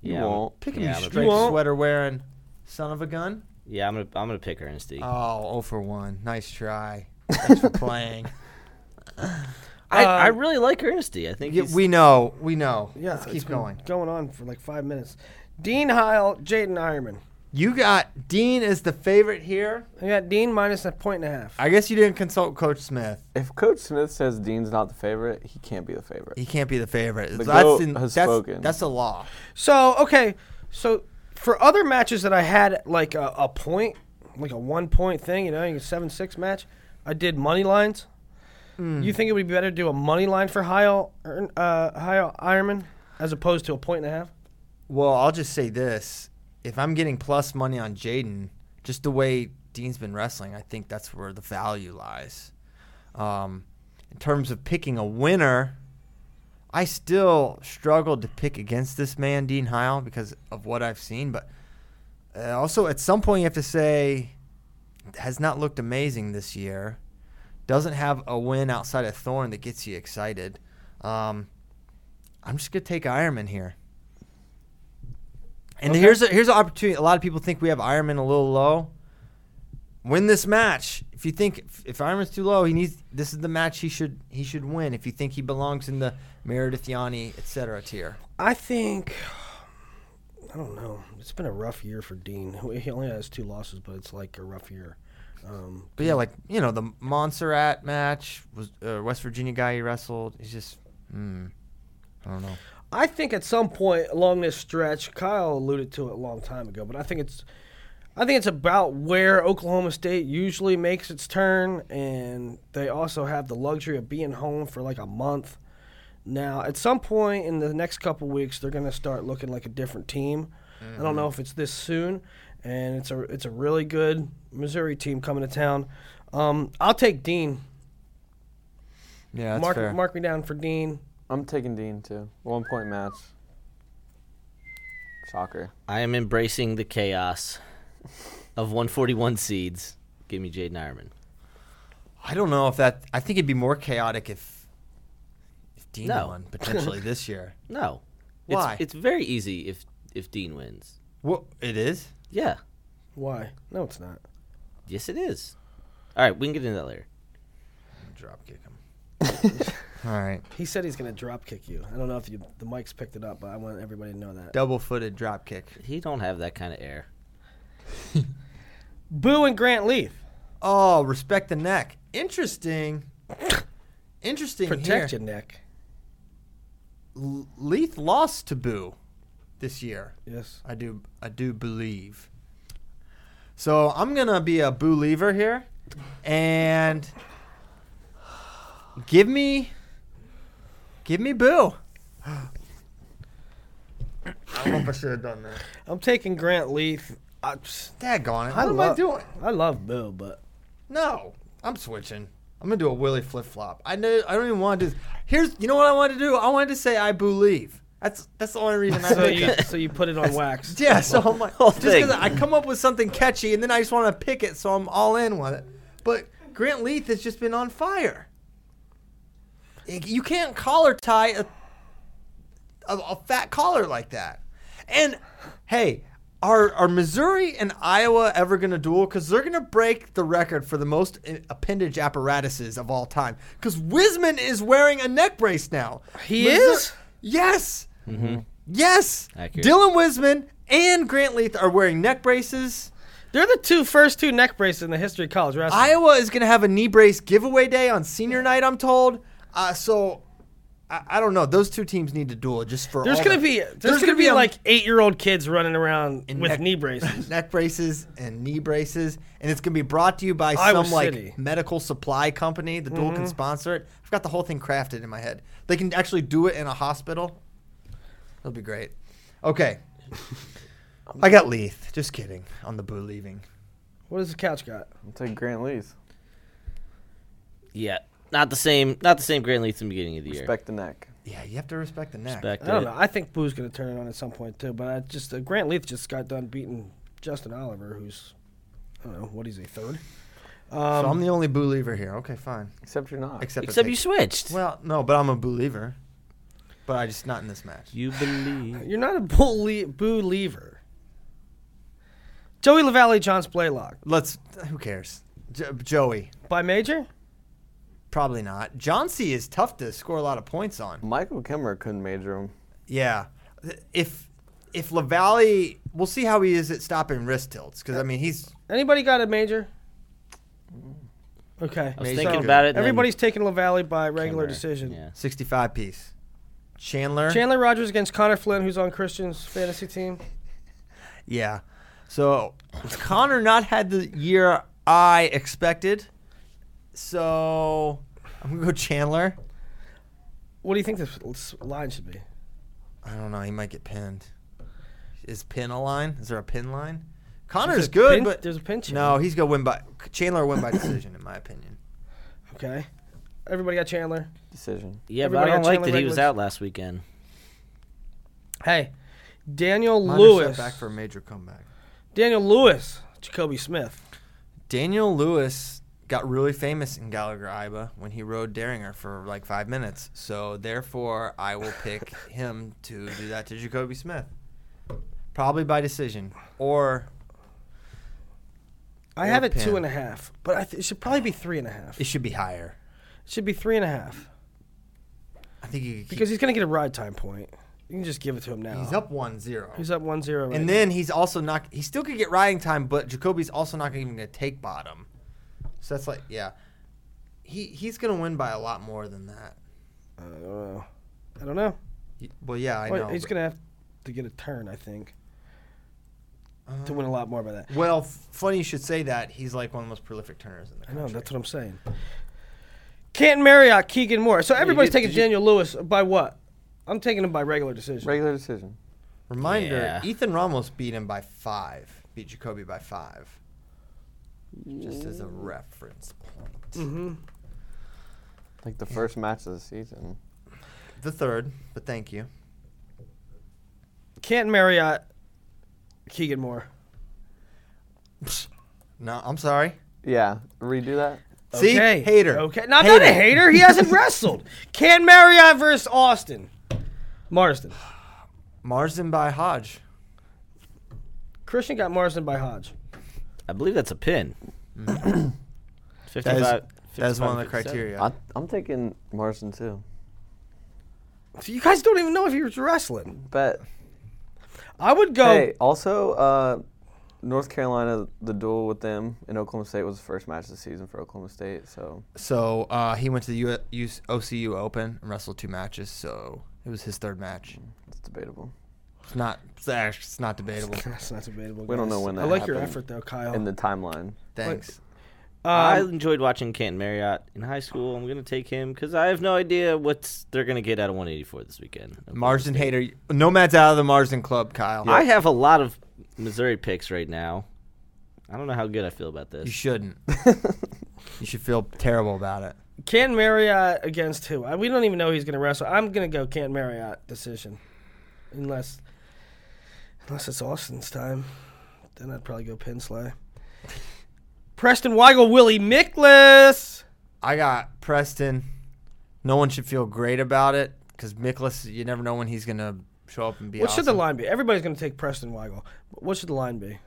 C: Yeah,
D: You
C: I'm-
D: won't.
A: Pick him,
C: Yeah,
A: you
C: but-
A: straight
B: You won't.
A: sweater wearing son of a gun.
C: Yeah, I'm gonna I'm gonna pick Ernesty.
A: Oh, oh for one. Nice try. Thanks for playing.
C: I, I really like Ernesty. I think
A: uh, Yeah,
C: he's-
A: we know. We know.
B: Yeah.
A: Let's
B: it's
A: keep
B: been
A: going.
B: Going on for like five minutes. Dean Heil, Jaden Ironman.
A: You got Dean is the favorite here.
B: I got Dean minus a point and a half.
A: I guess you didn't consult Coach Smith.
D: If Coach Smith says Dean's not the favorite, he can't be the favorite.
A: He can't be the favorite.
D: The
A: that's
D: goat
A: in,
D: has
A: that's,
D: spoken.
A: that's a law.
B: So, okay. So, for other matches that I had like a, a point, like a one point thing, you know, like a 7 6 match, I did money lines. You think it would be better to do a money line for Heil, Ern- uh, Heil Ironman as opposed to a point and a half?
A: Well, I'll just say this: if I'm getting plus money on Jaden, just the way Dean's been wrestling, I think that's where the value lies. Um, in terms of picking a winner, I still struggled to pick against this man, Dean Heil, because of what I've seen. But uh, also, at some point, you have to say has not looked amazing this year. Doesn't have a win outside of Thorn that gets you excited. Um, I'm just gonna take Ironman here. And here's a, here's an opportunity. A lot of people think we have Ironman a little low. Win this match. If you think if, if Ironman's too low, he needs this is the match he should he should win. If you think he belongs in the Meredith Yanni et cetera tier,
B: I think I don't know. It's been a rough year for Dean. He only has two losses, but it's like a rough year. Um,
A: but yeah, like you know the Montserrat match was uh, West Virginia guy he wrestled. He's just mm, I don't know.
B: I think at some point along this stretch, Kyle alluded to it a long time ago, but I think it's I think it's about where Oklahoma State usually makes its turn and they also have the luxury of being home for like a month. Now, at some point in the next couple weeks, they're going to start looking like a different team. I
A: Mm-hmm.
B: don't know if it's this soon, and it's a it's a really good Missouri team coming to town. Um, I'll take Dean.
A: Yeah, that's
B: mark
A: fair.
B: mark me down for Dean.
D: I'm taking Dean too. One point match. Shocker.
C: I am embracing the chaos of 141 seeds. Give me Jaden Ironman.
A: I don't know if that. I think it'd be more chaotic if, if Dean
C: No.
A: won potentially this year.
C: No,
A: Why?
C: It's, it's very easy if if Dean wins.
A: Well, it is.
C: Yeah,
B: Why? No, it's not.
C: yes it is. All right, we can get into that later.
A: Drop kick him. All right,
B: He said he's gonna drop kick you. I don't know if you, the mics picked it up, but I want everybody to know that.
A: double-footed drop kick.
C: He don't have that kind of air.
B: Boo and Grant Leaf.
A: Oh, respect the neck. Interesting. Interesting.
B: Protect
A: here.
B: your neck.
A: L- Leith lost to Boo this year.
B: Yes.
A: I do. I do believe. So I'm gonna be a Boo lever here, and give me, give me Boo. I don't know if I should have done that.
B: I'm taking Grant Leaf. I, psst,
A: Daggone it! What
B: I
A: am I
B: love-
A: doing?
B: I love Boo, but
A: No, I'm switching. I'm gonna do a Willie flip flop. I know. I don't even want to. do this. Here's. You know what I wanted to do? I wanted to say I believe. That's that's the only reason I
B: So
A: picked
B: you
A: it.
B: so you put it on wax.
A: Yeah, so I'm like,
C: whole
A: just 'cause
C: thing.
A: I come up with something catchy and then I just want to pick it, so I'm all in with it. But Grant Leith has just been on fire. Y- You can't collar tie a, a, a fat collar like that. And hey, are are Missouri and Iowa ever going to duel? Because they're going to break the record for the most i- appendage apparatuses of all time. Because Wisman is wearing a neck brace now.
B: He is?
A: Yes. Yes.
C: Accurate.
A: Dylan Wisman and Grant Leith are wearing neck braces.
B: They're the two first two neck braces in the history of college wrestling.
A: Iowa is going to have a knee brace giveaway day on senior night, I'm told. Uh, so I, I don't know. Those two teams need to duel just for
B: there's
A: all
B: gonna
A: the-
B: be there's, gonna,
A: gonna
B: be,
A: a-
B: like eight year old kids running around with
A: neck-
B: knee braces.
A: neck braces and knee braces, and it's gonna be brought to you by
B: Iowa
A: some like
B: City. Mm-hmm.
A: medical supply company. The dual can sponsor it. I've got the whole thing crafted in my head. They can actually do it in a hospital. It'll be great. Okay, I got Leith. Just kidding on the boo leaving.
B: what does the couch got?
D: I'll take Grant Lee's.
C: Yeah, not the same. Not the same Grant Leith in the beginning of the year.
D: Respect the neck.
A: Yeah, you have to respect the neck.
C: Respect
B: I don't
C: it.
B: know. I think Boo's gonna turn it on at some point too. But I just uh, Grant Leith just got done beating Justin Oliver, who's I don't know what is he third. Um,
A: so I'm the only boo leaver here. Okay, fine.
D: Except you're not.
A: Except, it
C: Except you
A: takes-
C: switched.
A: Well, no, but I'm a boo leaver. But I just not in this match.
C: you believe.
B: You're not a bull le- Boo lever. Joey Lavalle, John Splaylock
A: Let's. Who cares? Jo- Joey.
B: by Major.
A: Probably not. John C is tough to score a lot of points on.
D: Michael Kimmerer couldn't major him.
A: Yeah. If if Lavalley, we'll see how he is at stopping wrist tilts because I mean he's
B: Anybody got a major? Mm. Okay.
C: I was
A: Major.
C: thinking about it. and then-
B: Everybody's taking Lavalle by regular
C: Kimmerer,
B: decision.
C: Yeah.
A: 65 piece. Chandler.
B: Chandler Rogers against Connor Flynn, who's on Christian's fantasy team.
A: yeah. So Connor not had the year I expected. So I'm gonna go Chandler.
B: What do you think this this line should be?
A: I don't know. He might get pinned. Is pin a line? Is there a pin line?
B: There's
A: Connor's
B: a
A: good,
B: pin-
A: but
B: there's a pin challenge.
A: No, he's gonna win by Chandler will win by decision, in my opinion.
B: Okay. Everybody got Chandler.
D: Decision.
C: Yeah, but I
B: Everybody
C: don't
B: got
C: like that
B: Chandler
C: he
B: Redwoods.
C: was out last weekend.
B: Hey, Daniel
A: Minor
B: Lewis.
A: setback for a major comeback.
B: Daniel Lewis, Jacoby Smith.
A: Daniel Lewis got really famous in Gallagher Iba when he rode Derringer for like five minutes. So therefore, I will pick him to do that to Jacoby Smith, probably by decision or
B: I
A: Or
B: have it
A: Penn.
B: two and a half, but I th- it should probably be three and a half.
A: it
B: It
A: should be higher.
B: should be three and a half
A: I think you could keep,
B: because he's gonna get a ride time point. You can just give it to him now.
A: he's up one zero.
B: He's up one zero. Right
A: And then he's also not. He still could get riding time, but Jacoby's also not even going to take bottom. So that's like, yeah, he he's going to win by a lot more than that.
B: now. I don't know. I don't know.
A: Y- Well, yeah, I
B: Well,
A: know.
B: he's
A: but-
B: gonna have to get a turn, I think, to win a lot more by that.
A: Well, f- funny you should say that. He's like one of the most prolific turners in the
B: I
A: country.
B: know that's what I'm saying. Canton Marriott, Keegan Moore. So everybody's
D: did-
B: taking
D: did you-
B: Daniel Lewis by what? I'm taking him by regular decision.
D: Regular decision.
A: Reminder:
C: Yeah.
A: Ethan Ramos beat him by five. Beat Jacoby by five. Just as a reference point.
D: Like the first match of the season.
A: The third, but thank you.
B: Canton Marriott, Keegan Moore.
A: No, I'm sorry.
D: Yeah. Redo that.
A: See,
B: Okay.
A: hater.
B: Okay, no, I'm not a hater. He hasn't wrestled. Can Marriott versus Austin, Marsden.
A: Marsden by Hodge.
B: Christian got Marsden by Hodge.
C: I believe that's a pin.
A: That
C: 55,
A: is, that is one of the
C: 55, 57.
A: criteria.
D: I, I'm taking Marsden too.
B: So you guys don't even know if he was wrestling.
D: Bet.
B: I would
C: Oh.
B: go.
D: Hey, also, uh, North Carolina, the duel with them in Oklahoma State was the first match of the season for Oklahoma State. So
A: So uh, he went to the U- US OCU Open and wrestled two matches. So it was his third match.
D: it's debatable.
A: It's not. It's act- it's not debatable.
B: That's not debatable.
D: We don't
B: guys.
D: know when
B: I
D: that
B: like your
D: happened.
B: effort though,
C: Oh.
B: Kyle.
D: In the timeline.
A: Thanks.
C: I
B: Um,
C: enjoyed watching Canton Marriott in high school. I'm going to take him because I have no idea what they're going to get out of 184 this weekend.
A: Marsden hater. Nomad's out of the Marsden Club, Kyle.
C: I have a lot of Missouri picks right now. I don't know how good I feel about
A: you
C: this.
A: shouldn't. you should feel terrible about it.
B: Can Marriott against who? I, we don't even know who he's going to wrestle. I'm going to go Can Marriott decision. unless unless it's Austin's time. Then I'd probably go Penn Sly. Preston Weigel, Willie Mickless.
A: I got Preston. No one should feel great about it because Miklas, you never know when he's gonna show up and be.
B: What should the
A: awesome.
B: line be? Everybody's going to take Preston Weigel. But what should the line be?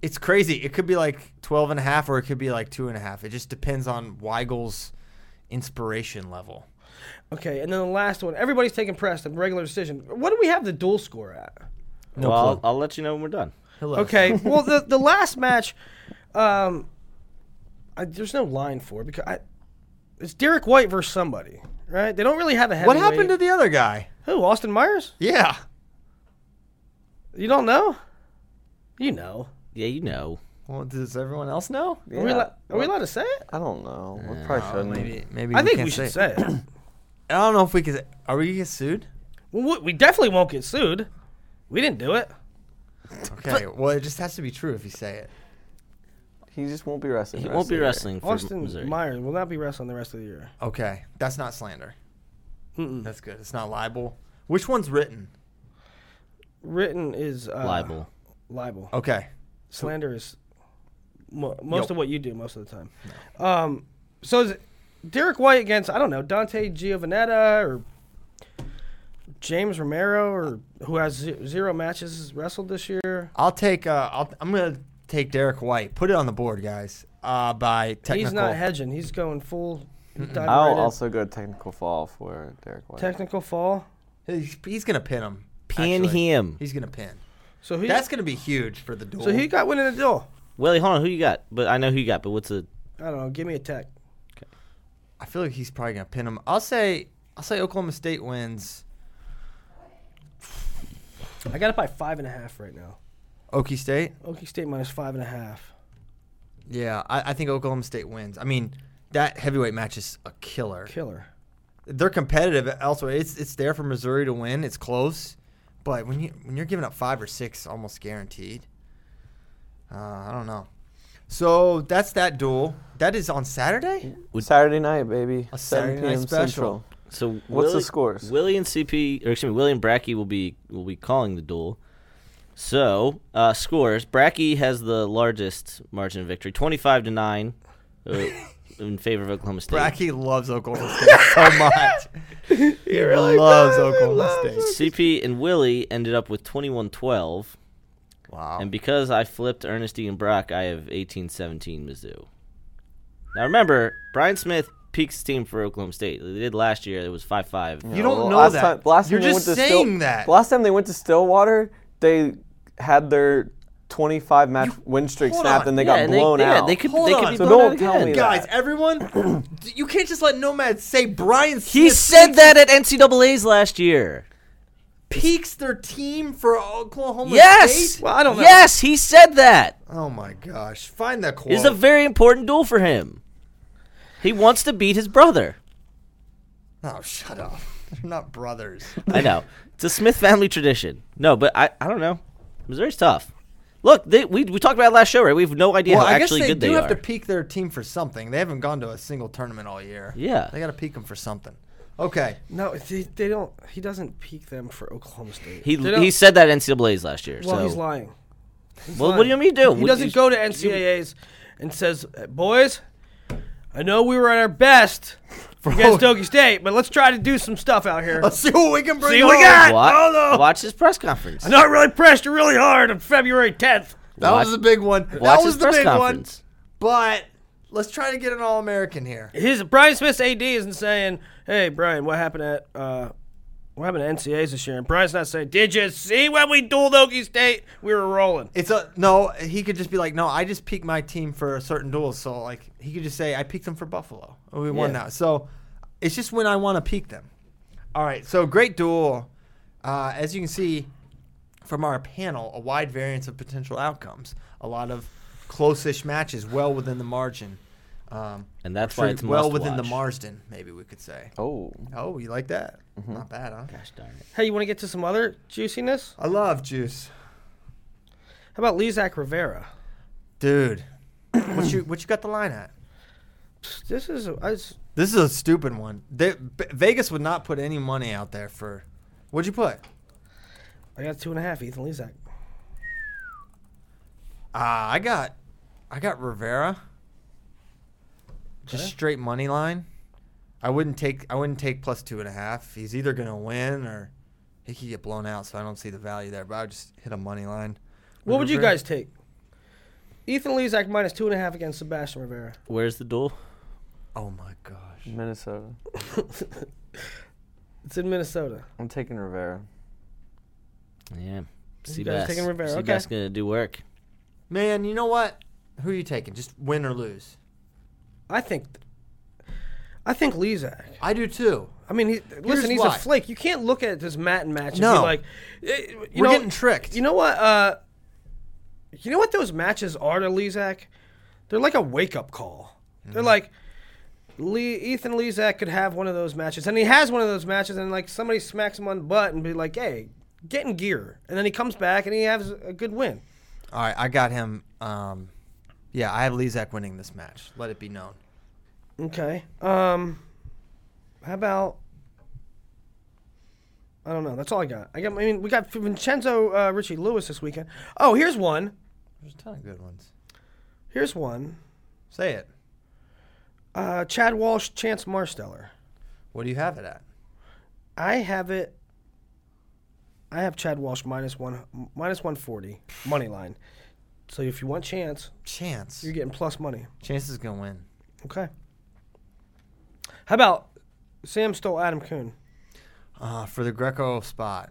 A: It's crazy. It could be like 12 and a half or it could be like two and a half. It just depends on Weigel's inspiration level.
B: Okay, and then the last one. Everybody's taking Preston. Regular decision. What do we have the dual score at?
C: well, I'll, I'll let you know when we're done.
A: Hello.
B: Okay. well, the the last match, um, I, there's no line for it because I, it's Derek White versus somebody, right? They don't really have a
A: What
B: heavyweight.
A: happened to the other guy?
B: who? Austin Myers?
A: Yeah.
B: You don't know? You know?
C: Yeah, you know.
A: Well, does everyone else know?
B: Are, we, allo- are we allowed to say it?
D: I don't know. We probably shouldn't.
A: Maybe. Maybe.
B: I think
A: can't
B: we should say it.
A: I don't know if we could. Are we gonna get sued?
B: well, we- we definitely won't get sued. We didn't do it.
A: Okay. well, it just has to be true if you say it.
D: He just won't be wrestling.
C: He
D: the
C: won't
D: rest
C: be
D: of the year.
C: wrestling for
B: Austin
C: Missouri.
B: Myers will not be wrestling the rest of the year.
A: Okay. That's not slander. That's good. It's not libel. Which one's written?
B: Written is uh,
C: Libel.
B: Libel.
A: Okay.
B: slander is mo- most
A: Yep.
B: of what you do most of the time. Um, so is it Derek White against I don't know Dante Giovanetta or James Romero or who has ze- zero matches wrestled this year?
A: I'll take. Uh, I'll, I'm gonna take Derek White. Put it on the board, guys. Uh, by technical.
B: He's not hedging. He's going full. he's diving right
D: I'll
B: in.
D: also go technical fall for Derek White.
B: technical fall.
A: he's, he's gonna pin him.
C: Pin
A: actually.
C: him.
A: He's gonna pin.
B: So he
A: That's gonna be huge for the duel.
B: so he got winning the deal.
C: Willie, hold on. Who you got? But I know who you got. But what's the?
B: I don't know. Give me a tech.
A: I feel like he's probably gonna pin him. I'll say. I'll say Oklahoma State wins.
B: I got it by five and a half right now.
A: Okie State.
B: Okie State minus five and a half.
A: Yeah, I, I think Oklahoma State wins. I mean, that heavyweight match is a killer.
B: Killer.
A: They're competitive elsewhere. It's it's there for Missouri to win. It's close, but when you when you're giving up five or six, almost guaranteed. Uh, I don't know. So that's that duel. That is on Saturday.
D: Saturday night, baby.
A: A
D: 7
A: Saturday night
D: p.m.
A: special.
D: Central.
C: So
D: What's the
C: Willie-
D: scores?
C: Willie and CP, or excuse me, Willie and Bracky will be will be calling the duel. So uh, scores: Bracky has the largest margin of victory, twenty-five to nine, uh, in favor of Oklahoma State.
A: Bracky loves Oklahoma State so much. he really loves Oklahoma State.
C: CP and Willie ended up with 21-12,
A: Wow.
C: and because I flipped Ernestine and Brock, I have 18-17 Mizzou. Now remember, Brian Smith peaks his team for Oklahoma State. They did last year. It was five-five.
A: you don't
D: Well,
A: know
D: last
A: that.
D: Time, last
A: you're
D: time they
A: just
D: went to
A: saying
D: Still-
A: that.
D: Last time they went to Stillwater, they had their 25 match win streak
A: hold
D: snapped,
A: on.
D: and they
C: Yeah,
D: got
C: and
D: blown
C: they,
D: out.
C: Yeah, they could,
A: Hold
C: they could
A: on.
C: be
D: So
C: blown
D: don't
C: out
D: tell
C: again.
D: me that.
A: Guys, everyone, you can't just let Nomad say Brian.
C: He
A: Smith
C: said that at NCAA's last year.
A: peaks their team for Oklahoma
C: Yes.
A: State.
B: Well, I don't know.
C: Yes, he said that.
A: Oh my gosh, find that quote.
C: It's a very important duel for him. He wants to beat his brother.
A: oh, shut up. They're not brothers.
C: I know. It's a Smith family tradition. No, but I, I don't know. Missouri's tough. Look, they, we, we talked about it last show, right? We have no idea
A: well,
C: how
A: I guess
C: actually
A: they
C: good
A: do
C: they
A: have
C: are.
A: to peak their team for something. They haven't gone to a single tournament all year.
C: Yeah.
A: they got to peak them for something. Okay,
B: No, they, they don't. He doesn't peak them for Oklahoma State.
C: he,
B: They don't-
C: he said that at NCAA's last year.
B: Well,
C: so.
B: he's lying.
C: Well, what do you mean to do?
B: He
C: What-
B: doesn't
C: he's-
B: go to NCAA's and says, "Boys, I know we were at our best against Okie State, but let's try to do some stuff out here.
A: let's see what we can bring.
B: See what we
A: home.
B: got.
C: Wa-
B: Oh, no.
C: Watch his press conference.
B: I know I really pressed you really hard on February 10th.
A: That
C: Watch-
A: was the big one.
C: Watch
A: that was
C: his
A: the
C: press
A: big
C: conference.
A: one. But let's try to get an All-American here.
B: His Brian Smith's AD isn't saying, "Hey, Brian, what happened at uh, what happened at NCAA's this year?" And Brian's not saying, "Did you see when we dueled Okie State? We were rolling."
A: It's a no. He could just be like, no, I just peaked my team for a certain duel. So like, he could just say, I peaked them for Buffalo. and We won
B: Yeah.
A: now. So it's just when I want to peak them. All right. So great duel. Uh, as you can see from our panel, a wide variance of potential outcomes. A lot of close-ish matches, well within the margin. Um,
C: And that's
A: sure
C: why it's
A: well
C: must
A: within the
C: watch.
A: margin. Maybe we could say.
D: Oh,
A: Oh, you like that?
C: Mm-hmm.
A: Not bad, huh?
C: Gosh darn it.
B: Hey, you want to get to some other juiciness?
A: I love juice,
B: How about Lizak Rivera?
A: dude. what you what you got the line at?
B: This is a- I was-
A: This is a stupid one. They, B- Vegas would not put any money out there for. What'd you put?
B: I got two and a half. Ethan Lezak.
A: Uh, I got, I got Rivera. Just straight money line. I wouldn't take. I wouldn't take plus two and a half. He's either gonna win or he could get blown out. So I don't see the value there. But I would just hit a money line.
B: What would you
A: Rivera.
B: guys take? Ethan Lezak minus two and a half against Sebastian Rivera.
C: Where's the duel?
A: Oh my gosh.
D: Minnesota.
B: It's in Minnesota.
D: I'm taking Rivera.
C: Yeah.
B: You guys
C: Seabass.
B: taking Rivera, okay.
C: Seabass gonna do work.
A: Man, you know what? Who are you taking? Just win or lose.
B: I think. I think Lezak.
A: I do too.
B: I mean, he, listen, he's
A: why.
B: a flake. You can't look at this Matt and match and
A: No.
B: be like, eh, you
A: We're
B: know,
A: getting tricked.
B: You know what? Uh, you know what those matches are to Lezak? They're like a wake up call.
A: Mm-hmm.
B: They're like, Lee, Ethan Lezak could have one of those matches, and he has one of those matches, and like somebody smacks him on the butt and be like, "Hey, get in gear," and then he comes back and he has a good win.
A: All right, I got him. Um, yeah, I have Lezak winning this match. Let it be known.
B: Okay. Um, how about? I don't know. That's all I got. I got. I mean, we got Vincenzo uh, Richie Lewis this weekend. Oh, here's one.
A: There's a ton of good ones.
B: Here's one.
A: Say it.
B: Uh, Chad Walsh, Chance Marsteller.
A: What do you have it at?
B: I have it. I have Chad Walsh minus one minus one forty money line. So if you want Chance,
A: Chance.
B: you're getting plus money.
A: Chance is gonna win.
B: Okay. How about Sam stole Adam Kuhn?
A: Uh, for the Greco spot.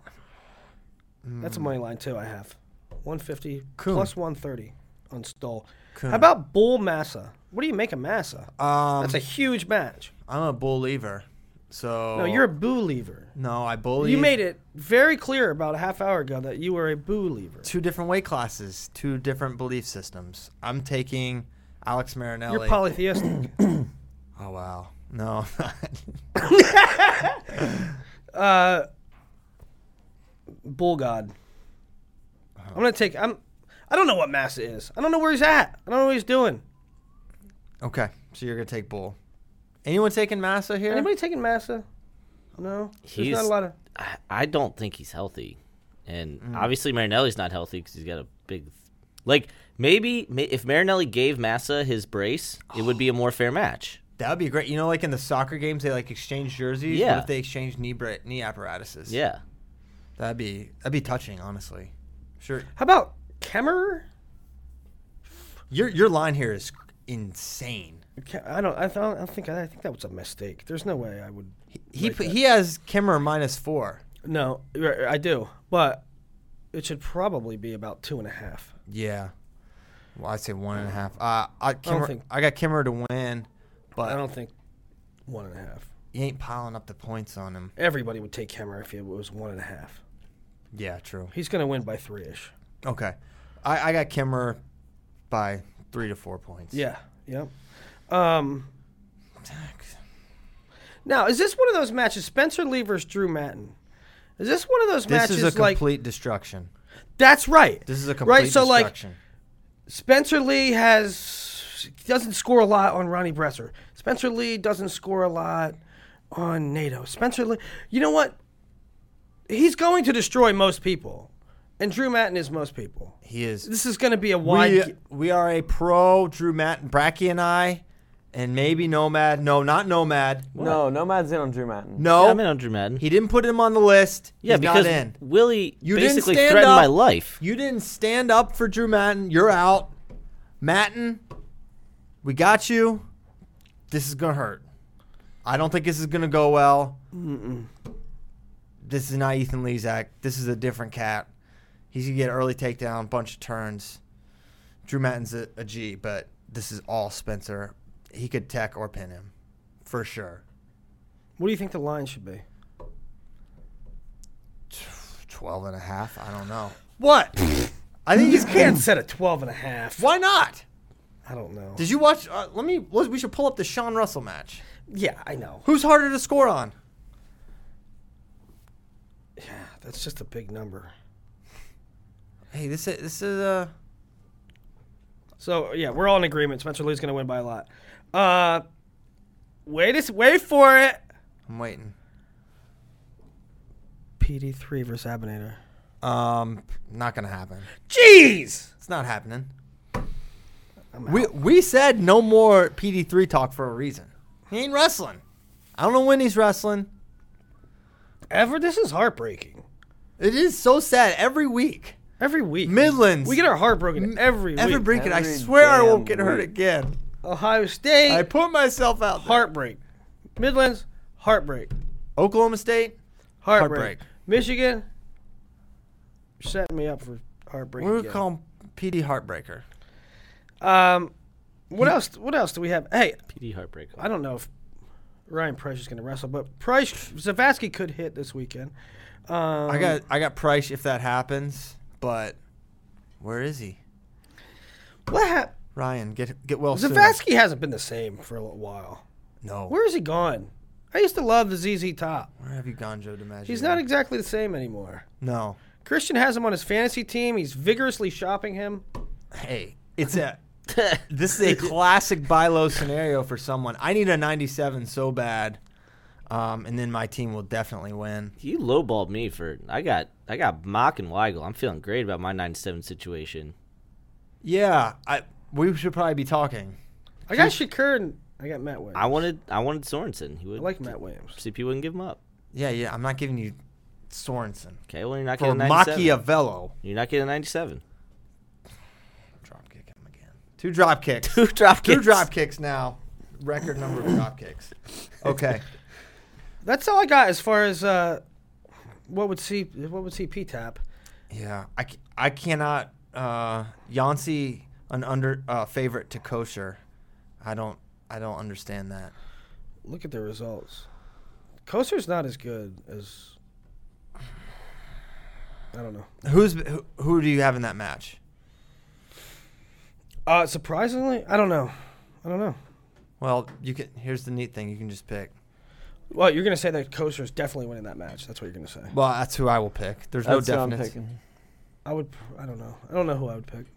B: That's a money line too. I have 150
A: Mm. Coon.
B: plus 130 on Stoll.
A: Coon.
B: How about Bull Massa? What do you make of Massa?
A: Um,
B: That's a huge match.
A: I'm a believer. So
B: No, you're a boo lever.
A: no, I oh. believe
B: You made it very clear about a half hour ago that you were a boo lever.
A: two different weight classes, two different belief systems. I'm taking Alex Marinelli.
B: You're polytheistic.
A: oh wow. No, I'm not.
B: Bull God.
A: Uh-huh.
B: I'm gonna take. I'm. I don't know what Massa is. I don't know where he's at. I don't know what he's doing.
A: okay. So you're gonna take Bull. Anyone taking Massa here?
B: Anybody taking Massa? No. There's
C: He's-
B: not a lot of.
C: I, I don't think he's healthy, and
B: Mm.
C: obviously Marinelli's not healthy because he's got a big, like maybe ma- if Marinelli gave Massa his brace, it would be a more fair match.
A: That would be great. You know, like in the soccer games, they like exchange jerseys. What
C: Yeah.
A: if they exchange knee bra- knee apparatuses?
C: Yeah,
A: That'd be that'd be touching, honestly. Sure.
B: How about Kemmerer?
A: Your your line here is insane.
B: Ca- I don't. I, th- I don't think. I think that was a mistake. There's no way I would.
A: He put, he has Kimmer minus four.
B: No, r- I do, but it should probably be about two and a half.
A: Yeah. Well, I'd say one and a half. Uh, I Kimmer, I,
B: think-
A: got Kimmer to win,
B: I
A: but
B: don't think one and a half.
A: he ain't piling up the points on him.
B: Everybody would take Hammer if it was one and a half.
A: Yeah, true.
B: He's gonna win by three ish.
A: Okay, I, I got Kimmer by three to four points.
B: Yeah. Yep. Um. Now, is this one of those matches? Spencer Lee versus Drew Matten. Is this one of those
A: This
B: matches
A: is a
B: like
A: complete destruction.
B: that's right?
A: This is a complete
B: right. So like
A: destruction.
B: Spencer Lee has doesn't score a lot on Ronnie Bresser. Spencer Lee doesn't score a lot on NATO. Spencer Lee, you know what? He's going to destroy most people, and Drew Matten is most people.
A: he is.
B: This is going to be a wide.
A: we, uh, we are a pro Drew Matt and Bracky and I, and maybe Nomad. No, not Nomad.
D: No, Nomad's in on Drew Matten.
A: No,
C: I'm in on Drew Madden.
A: he didn't put him on the list.
C: yeah,
A: He's
C: because
A: not in.
C: Willie
A: You didn't
C: basically
A: stand
C: threatened
A: up.
C: my life.
A: You didn't stand up for Drew Matten. You're out. Matten, we got you. This is gonna hurt. I don't think this is gonna go well. This is not Ethan Lezak. This is a different cat. He's gonna get early takedown, bunch of turns. Drew Matten's a, a G, but this is all Spencer. He could tech or pin him, for sure.
B: what do you think the line should be?
A: 12 and a half. I don't know.
B: What?
A: I think he's
B: Can't set a 12 and a half.
A: Why not?
B: I don't know.
A: Did you watch? Uh, let me. let- We should pull up the Sean Russell match.
B: yeah, I know.
A: Who's harder to score on?
B: That's just a big number.
A: Hey, this is this is uh
B: So yeah, we're all in agreement. Spencer Lee's going to win by a lot. Uh, wait, a s wait for it.
A: I'm waiting.
B: PD3 versus Abinader.
A: Um, not gonna happen.
B: Jeez.
A: It's not happening. We we said no more PD3 talk for a reason. He ain't wrestling. I don't know when he's wrestling.
B: Ever this is heartbreaking.
A: It is so sad every week.
B: Every week.
A: Midlands.
B: We get our heart broken every week.
A: Every break it, I
D: Every
A: swear I won't
D: damn
A: get hurt
D: week.
A: again.
B: Ohio State
A: I put myself out. there.
B: heartbreak. Midlands heartbreak.
A: Oklahoma State.
B: Heartbreak.
A: Heartbreak.
B: Michigan you're setting me up for heartbreak.
A: We would
B: again.
A: call him PD Heartbreaker.
B: Um, what else? What else do we have? Hey,
C: PD heartbreak.
B: I don't know if Ryan Price is going to wrestle, but Price Zavasky could hit this weekend. Um,
A: I got I got Price if that happens, but where is he?
B: what happened?
A: Ryan, get get well soon.
B: Zavasky hasn't been the same for a little while.
A: No. Where,
B: Where is he gone? I used to love the ZZ Top.
A: have you gone, Joe DiMaggio?
B: He's not exactly the same anymore.
A: No.
B: Christian has him on his fantasy team. He's vigorously shopping him.
A: Hey, it's a this is a classic buy low scenario for someone. I need a 97 so bad, um, and then my team will definitely win.
C: You lowballed me for I got I got Mock and Weigel. I'm feeling great about my 97 situation.
A: Yeah, I we should probably be talking.
B: I got Shakur and I got Matt Williams.
C: I wanted I wanted Sorensen. He would
B: I like Matt Williams.
C: CP wouldn't give him up.
A: Yeah, yeah. I'm not giving you Sorensen
C: Okay, well you're not
A: for
C: getting 97.
B: uh,
A: Machiavello.
C: You're not getting 97.
A: Drop kick him again. Two drop kicks.
C: Two drop
A: Two
C: kicks.
A: drop kicks now. Record number of drop kicks. Okay.
B: That's all I got as far as uh, what would see what would CP tap.
A: Yeah, I, c- I cannot uh Yancey an under uh, favorite to kosher. I don't I don't understand that.
B: Look at the results. Coaster's not as good as I don't know.
A: Who's who, who do you have in that match?
B: Uh, surprisingly, I don't know. I don't know.
A: Well, you can here's the neat thing, you can just pick.
B: Well, you're gonna say that Coaster's definitely winning that match. That's what you're gonna say.
A: Well, that's who I will pick. There's no
D: That's what I'm
A: definite
D: picking.
B: I would. I don't know. I don't know who I would pick.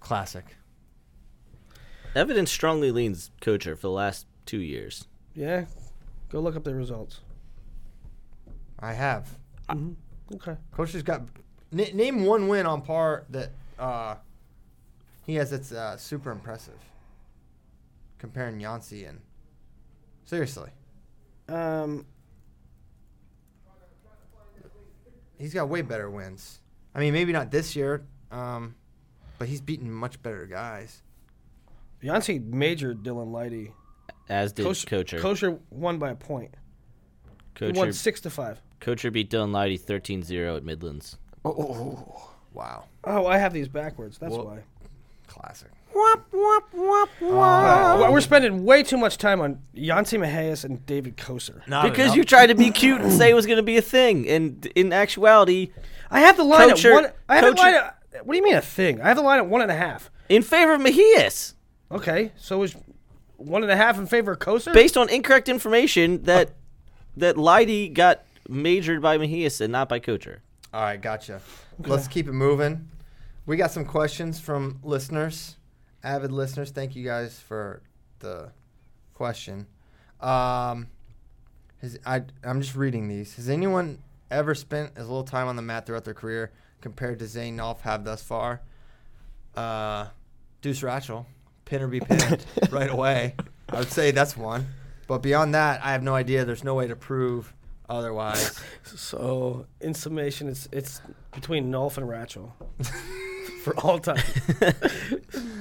A: classic.
C: Evidence strongly leans Kocher for the last two years.
B: Yeah, go look up the results. Mm-hmm.
A: I have.
B: Okay.
A: Kosher's got n- name one win on par that uh he has that's uh, super impressive. Comparing Yancey and seriously.
B: Um,
A: He's got way better wins. I mean, maybe not this year, um, but he's beaten much better guys.
B: Yancey majored Dylan Lighty.
C: As did
B: Kosher
C: Kocher.
B: Kosher won by a point. He won
C: Kocher,
B: six to five.
C: Kocher beat Dylan Lighty 13-0 at Midlands.
A: Oh, wow.
B: Oh, I have these backwards. That's why.
A: Classic.
B: Well, we're spending way too much time on Yancey Mahias and David Koser.
C: Because you tried to be cute and say it was going to be a thing, and in actuality,
B: I have the line
C: Coacher-
B: at one. I have the
C: Coacher-
B: line. At, what do you mean a thing? I have the line at one and a half.
C: in favor of Mejias,
B: Okay, so is one and a half in favor of Koser?
C: based on incorrect information
A: Uh,
C: that that Lighty got majored by Mejias and not by Kocher.
A: All right, gotcha. Let's keep it moving. We got some questions from listeners, avid listeners. Thank you guys for the question. Um, has, I, I'm just reading these. Has anyone ever spent as little time on the mat throughout their career compared to Zane Nolf have thus far? Uh, Deuce Ratchel, pin or be pinned right away. I would say that's one. But beyond that, I have no idea. There's no way to prove otherwise.
B: So in summation, it's it's between Nolf and Ratchel for all time.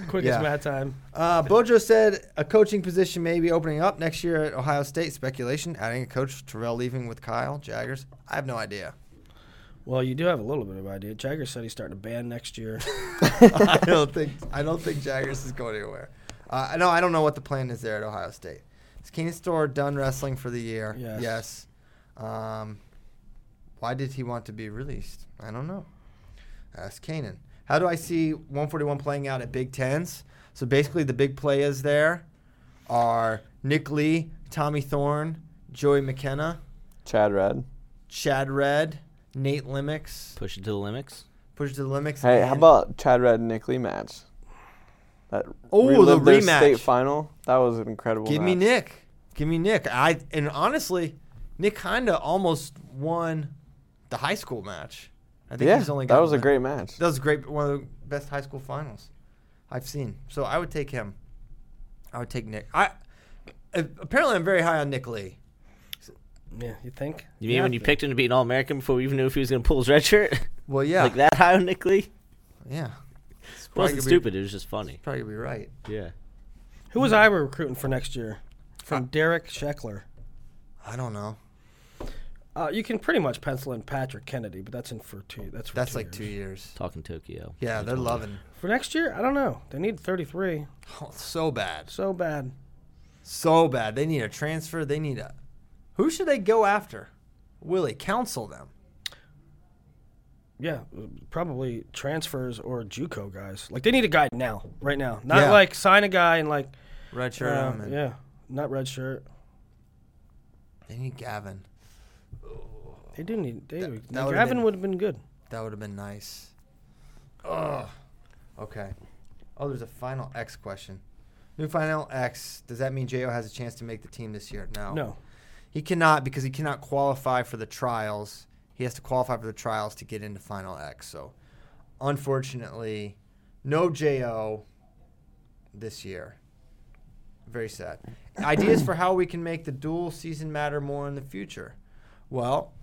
B: Quickest
A: Yeah.
B: mat time.
A: Uh, Bojo said a coaching position may be opening up next year at Ohio State. Speculation, adding a coach, Terrell leaving with Kyle Jaggers. I have no idea.
B: Well, you do have a little bit of idea. Jagger said he's starting a band next year.
A: I don't think I don't think Jaggers is going anywhere. Uh, I know I don't know what the plan is there at Ohio State. Is Keenan Store done wrestling for the year?
B: Yes.
A: Yes. Um, why did he want to be released? I don't know. Ask Kanan. How do I see 141 playing out at Big Tens? So basically, the big players there are Nick Lee, Tommy Thorne, Joey McKenna,
D: Chad Red.
A: Chad Red, Nate Limix,
C: Push it to the limits.
A: Push the Limix.
D: Hey, how
A: and-
D: about Chad Red and Nick Lee match? That
A: Oh, the
D: relived their
A: rematch.
D: state final. That was an incredible.
A: Give me
D: match.
A: Nick. Give me Nick. I and honestly, Nick kinda almost won the high school match. I think
D: Yeah,
A: he's only.
D: that
A: got
D: was a
A: one-
D: great match.
A: That was great. One of the best high school finals I've seen. So I would take him. I would take Nick. I apparently I'm very high on Nick Lee.
B: Yeah, you think?
C: You mean when you picked him to be an All American before we even knew if he was going to pull his red shirt?
A: Well, yeah,
C: like that high on Nick Lee?
A: Yeah,
C: It wasn't
A: could be-
C: stupid. It was just funny.
A: probably be right.
C: Yeah.
B: Who was I recruiting for next year?
A: Uh,
B: From Derek Scheckler.
A: I don't know.
B: Uh, you can pretty much pencil in Patrick Kennedy, but that's in for two. That's for
A: That's
B: two
A: like
B: years.
A: two years.
C: Talking Tokyo.
A: Yeah, they're loving
B: For next year, I don't know. They need 33
A: oh, so bad,
B: so bad.
A: so bad. They need a transfer. They need a. Who should they go after? Willie, counsel them.
B: Yeah, probably transfers or JUCO guys. Like they need a guy now, right now. Not
A: Yeah.
B: like sign a guy and like
A: Redshirt
B: uh,
A: him. And
B: yeah, not red shirt.
A: They need Gavin.
B: They do need. They,
A: That- that
B: like,
A: would've
B: Gavin
A: been-
B: would have been good.
A: That would have been nice. Ugh. Okay. Oh, there's a final X question. New final X. Does that mean Jo has a chance to make the team this year? No.
B: No,
A: He cannot because he cannot qualify for the trials. He has to qualify for the trials to get into final X. So, unfortunately, no Jo this year. Very sad. Ideas for how we can make the dual season matter more in the future. Well,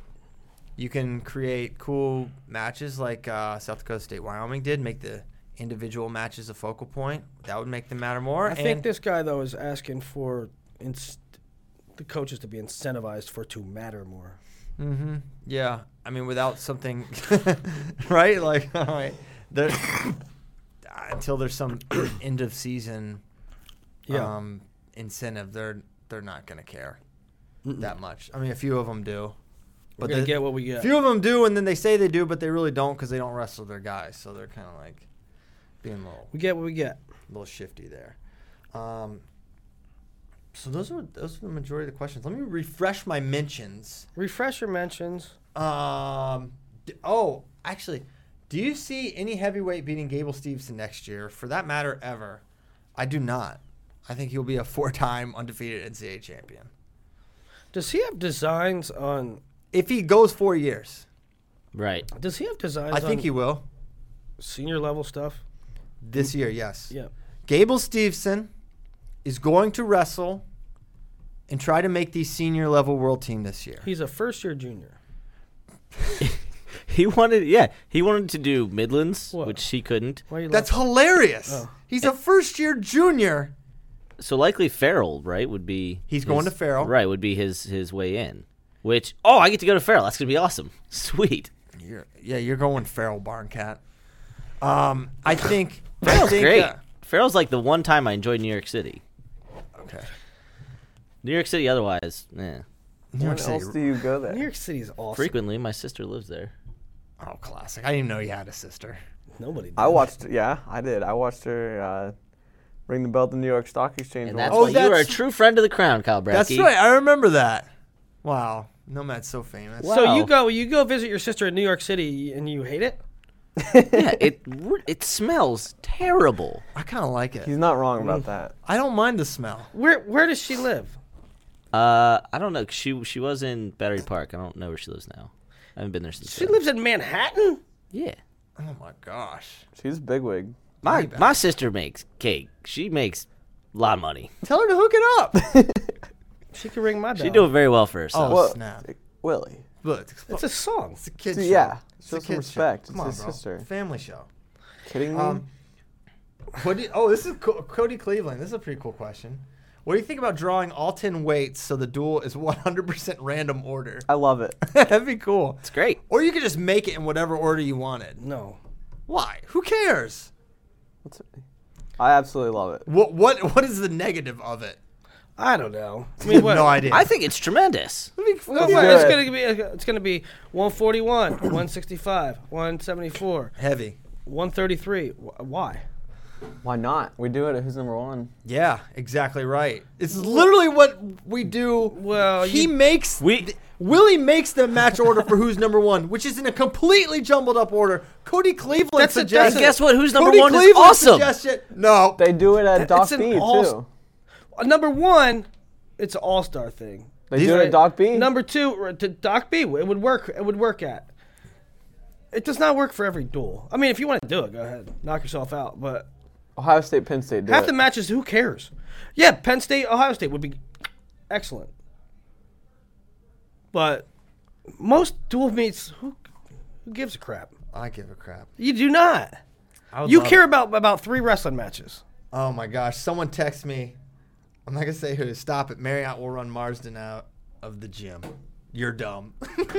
A: you can create cool matches like uh, South Dakota State Wyoming did, make the individual matches a focal point. That would make them matter more.
B: I think
A: and-
B: this guy though is asking for inst- the coaches to be incentivized for to matter more.
A: Mm-hmm. Yeah. I mean, without something, right? Like, all right. There, until there's some end of season
B: Yeah.
A: um, incentive, they're they're not going to care that much. I mean, a few of them do.
B: We're
A: But
B: gonna
A: the-
B: get what we
A: a
B: get.
A: few of them do, and then they say they do, but they really don't because they don't wrestle their guys. So they're kind of like being a little,
B: we get what we get.
A: little shifty there. Um, so those are those are the majority of the questions. Let me refresh my mentions.
B: Refresh your mentions.
A: Um. d- Oh, actually, do you see any heavyweight beating Gable Stevenson next year, for that matter, ever? I do not. I think he'll be a four-time undefeated NCAA champion
B: Does he have designs on?
A: if he goes four years.
C: Right.
B: Does he have designs?
A: I think
B: on
A: he will
B: senior level stuff.
A: this year. Yes.
B: Mm-hmm. Yeah.
A: Gable Stevenson is going to wrestle and try to make the senior-level world team this year.
B: He's a first year junior.
C: He wanted, yeah, he wanted to do Midlands,
B: What?
C: which he couldn't.
B: Why you
A: That's
B: laugh-
A: hilarious.
B: Oh.
A: He's a first-year junior.
C: So likely Farrell, right, would be.
A: He's going to
C: his-
A: Farrell.
C: Right, would be his his way in. Which oh, I get to go to Farrell. That's gonna be awesome. Sweet.
A: You're, yeah, you're going feral Barncat. Um, I think I
C: Farrell's
A: think,
C: great.
A: uh,
C: Farrell's like the one time I enjoyed New York City.
A: okay,
C: New York City, otherwise, yeah.
A: New York
D: When else do
A: City.
D: you go
B: New
D: there?
B: York City is awesome.
C: Frequently, my sister lives there.
A: Oh, classic. I didn't even know you had a sister.
B: Nobody. Did.
D: I watched. Yeah, I did. I watched her uh, ring the bell at the New York Stock Exchange.
C: And
D: once.
C: that's
A: Oh,
C: why you are a
A: that's-
C: true friend of the crown, Kyle Brackey.
A: That's right. I remember that. Wow, Nomad's so famous.
C: Wow.
B: So you go, you go visit your sister in New York City, and you hate it.
C: yeah, it re- it smells terrible.
A: I kind of like it.
D: He's not wrong about that.
A: I don't mind the smell.
B: Where Where does she live?
C: Uh, I don't know. She she was in Battery Park. I don't know where she lives now. I haven't been there since.
B: She
C: then.
B: lives in Manhattan.
C: Yeah,
A: Oh my gosh.
D: She's bigwig.
C: my my sister makes cake. She makes a lot of money.
A: Tell her to hook it up.
B: She could ring my bell.
C: She's doing very well for herself.
A: oh
D: Well- eh,
A: snap!
D: Willie.
A: Look, it's,
B: It's a song.
A: it's a kid
D: Dude,
A: show.
D: yeah,
A: It's
D: show
A: a
D: some
A: kid
D: respect.
A: Show. Come
D: It's
A: on,
D: his
A: bro.
D: sister.
A: Family show.
D: Kidding me?
A: Um, What do you- oh, this is Co- Cody Cleveland. This is a pretty cool question. What do you think about drawing all 10 weights so the duel is 100% random order?
D: I love it.
A: That'd be cool.
C: It's great.
A: Or you could just make it in whatever order you wanted.
B: No.
A: Why? Who cares?
D: What's it- I absolutely love it.
A: What what what is the negative of it?
B: I don't know. I mean, what?
A: no idea.
C: I think it's tremendous.
A: That'd be cool.
B: No, what- it's
D: it.
B: gonna be it's gonna be 141, 165, 174,
A: heavy.
B: 133. Wh- Why?
D: Why not? We do it at who's number one.
A: Yeah, exactly right. It's literally what we do.
B: Well,
A: he
B: you-
A: makes
C: We-
A: th- Willie makes the match order for who's number one, which is in a completely jumbled up order. Cody Cleveland
B: That's a-
A: suggested.
B: that's a- Guess
C: what? Who's number
A: Cody
C: one is
A: Cleveland
C: awesome.
A: Suggested, no,
D: They do it at Doc
B: an
D: B
B: all-
D: too.
B: Uh, Number one, it's an all star thing.
D: They do it at Doc B.
B: Number two, or to Doc B, it would work. It would work at. It does not work for every duel. I mean, if you want to do it, go ahead, knock yourself out. But
D: Ohio State, Penn State. Do
B: half
D: it.
B: the matches, who cares? Yeah, Penn State, Ohio State would be excellent. But most dual meets, who, who gives a crap?
A: I give a crap.
B: You do not.
A: I would
B: You
A: love
B: care
A: it.
B: about about three wrestling matches.
A: Oh my gosh! Someone text me. I'm not gonna say who. Stop it. Marriott will run Marsden out of the gym. You're dumb.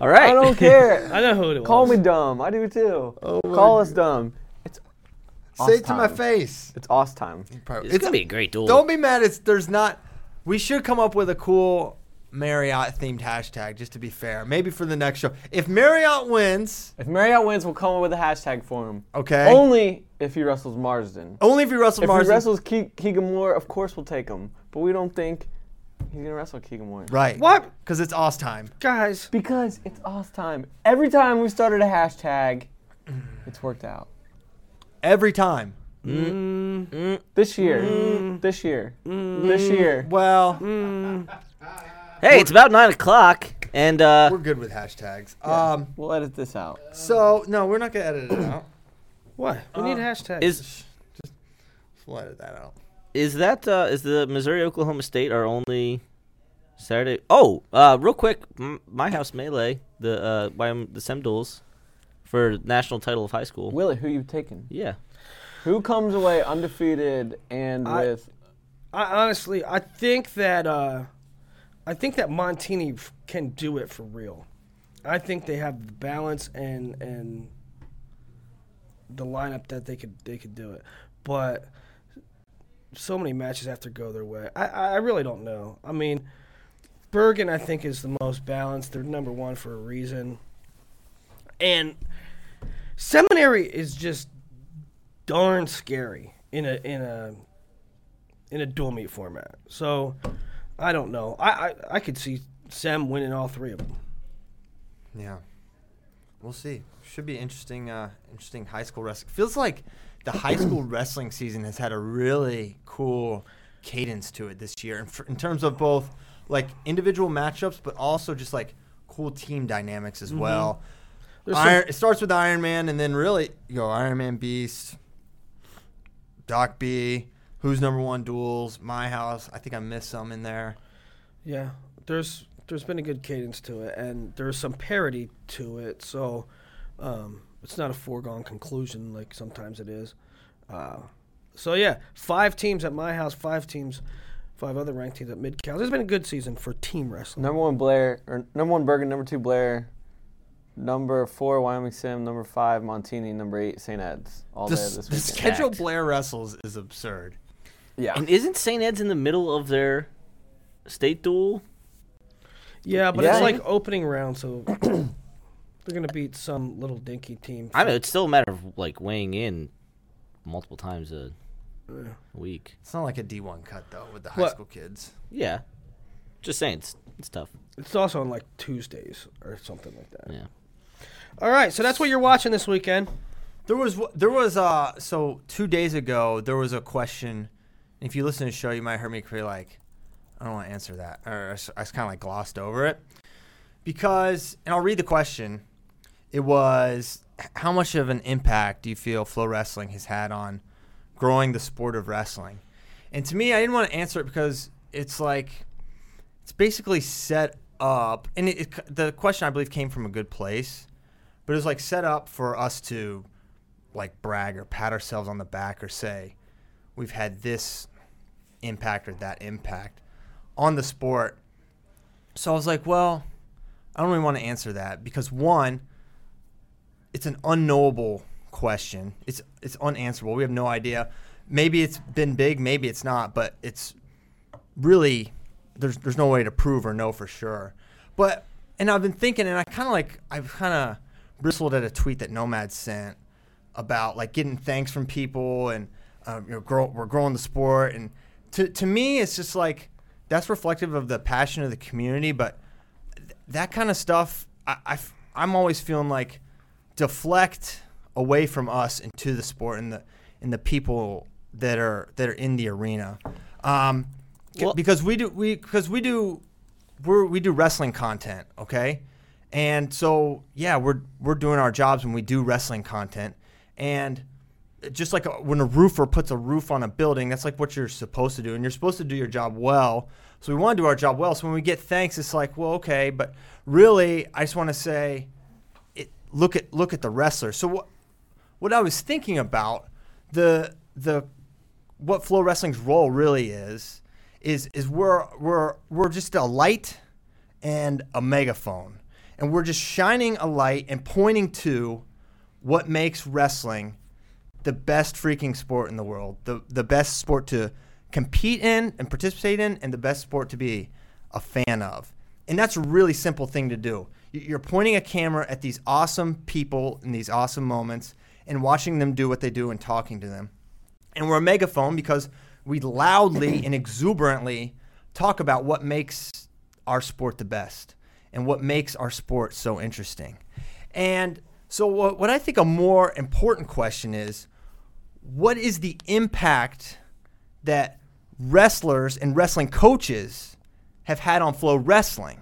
C: All right.
D: I don't care.
B: I know who it was.
D: Call me dumb. I do too. Call us dumb. It's
A: Say it to
D: time.
A: my face.
D: it's us time.
A: Probably-
C: It's, gonna be a great duel.
A: Don't be mad. It's there's not. We should come up with a cool Marriott themed hashtag just to be fair. Maybe for the next show. If Marriott wins,
D: If Marriott wins, we'll come up with a hashtag for him.
A: Okay.
D: Only if he wrestles Marsden.
A: only if you wrestle
D: if
A: Marsden.
D: he wrestles Ke- Keegan Moore, of course we'll take him. But we don't think he's gonna wrestle Keegan Moore.
A: right.
B: What?
A: Because it's Oz time.
B: Guys,
D: Because it's us time. Every time we started a hashtag,
A: Mm.
D: it's worked out.
A: Every time.
D: This year.
A: Mm.
D: This year. This year.
A: Well,
C: hey, it's about nine o'clock, and uh,
A: we're good with hashtags. Um.
D: We'll edit this out.
A: So no, we're not gonna edit it out.
B: what? We need a hashtag.
C: is
A: We'll edit that out.
C: is that uh, is the Missouri Oklahoma State our only Saturday? Oh, uh, real quick, m- my house melee the uh, Wyom- the Sem duels for national title of high school.
D: Willie, who you taking?
C: Yeah,
D: Who comes away undefeated and
B: I-
D: with
B: I honestly, I think that uh, I think that Montini f- can do it for real. I think they have the balance and and the lineup that they could they could do it, but so many matches have to go their way. I I I really don't know. I mean, Bergen I think is the most balanced. They're number one for a reason, and Seminary is just darn scary in a in a in a dual meet format. So I don't know. I, I, I could see Sam winning all three of them.
A: Yeah. We'll see. Should be interesting. Uh, interesting high school wrestling. Feels like the high school wrestling season has had a really cool cadence to it this year, in, f- in terms of both like individual matchups, but also just like cool team dynamics as well.
B: some-
A: Iron, it starts with Iron Man, and then really you go Iron Man Beast, Doc B, who's number one duels, my house. I think I missed some in there.
B: Yeah, there's there's been a good cadence to it, and there's some parity to it. So um, it's not a foregone conclusion like sometimes it is. Uh, so yeah, five teams at my house, five teams, five other ranked teams at mid cal. There's been a good season for team wrestling.
D: number one Blair or number one Bergen, number two Blair, number four Wyoming Sim, number five Montini, number eight St. Ed's all
A: The,
D: day
A: s-
D: Oh, this
A: the
D: weekend.
A: schedule Blair wrestles is absurd.
D: Yeah.
C: and isn't St. Ed's in the middle of their state duel?
B: Yeah, but
D: Yeah.
B: it's like opening round, so they're gonna beat some little dinky team.
C: I know it's still a matter of like weighing in multiple times a week.
A: It's not like a D1 cut though with the high
B: What?
A: school kids.
C: Yeah, just saying, it's it's tough.
B: It's also on like Tuesdays or something like that.
C: Yeah.
B: All right, so that's what you're watching this weekend.
A: There was w- there was uh so 2 days ago there was a question if you listen to the show you might hear me be like I don't want to answer that or I s- I kind of like glossed over it because and I'll read the question it was h- how much of an impact do you feel flow wrestling has had on growing the sport of wrestling and to me I didn't want to answer it because it's like it's basically set up and it, it, c- the question i believe came from a good place but it was like set up for us to like brag or pat ourselves on the back or say we've had this impact or that impact on the sport so i was like well i don't really want to answer that because one it's an unknowable question it's it's unanswerable we have no idea maybe it's been big maybe it's not but it's really there's there's no way to prove or know for sure. But and I've been thinking, and I kind of like I've kind of bristled at a tweet that Nomad sent about like getting thanks from people and um, you know grow, we're growing the sport, and to to me it's just like that's reflective of the passion of the community, but th- that kind of stuff I, I f- I'm always feeling like deflect away from us and to the sport and the and the people that are that are in the arena. Um, c-
C: Well-
A: because we do we because we do we're, we do wrestling content, okay? And so, yeah, we're we're doing our jobs when we do wrestling content, and just like a, when a roofer puts a roof on a building, that's like what you're supposed to do, and you're supposed to do your job well. So we want to do our job well. So when we get thanks, it's like, well, okay, but really, I just want to say, it, look at look at the wrestler. So what what I was thinking about the the what Flow Wrestling's role really is is is we're we're we're just a light and a megaphone, and we're just shining a light and pointing to what makes wrestling the best freaking sport in the world, the the best sport to compete in and participate in, and the best sport to be a fan of. And that's a really simple thing to do. Y- You're pointing a camera at these awesome people in these awesome moments and watching them do what they do and talking to them. And we're a megaphone because we loudly and exuberantly talk about what makes our sport the best and what makes our sport so interesting. And so, what, what I think a more important question is what is the impact that wrestlers and wrestling coaches have had on flow wrestling?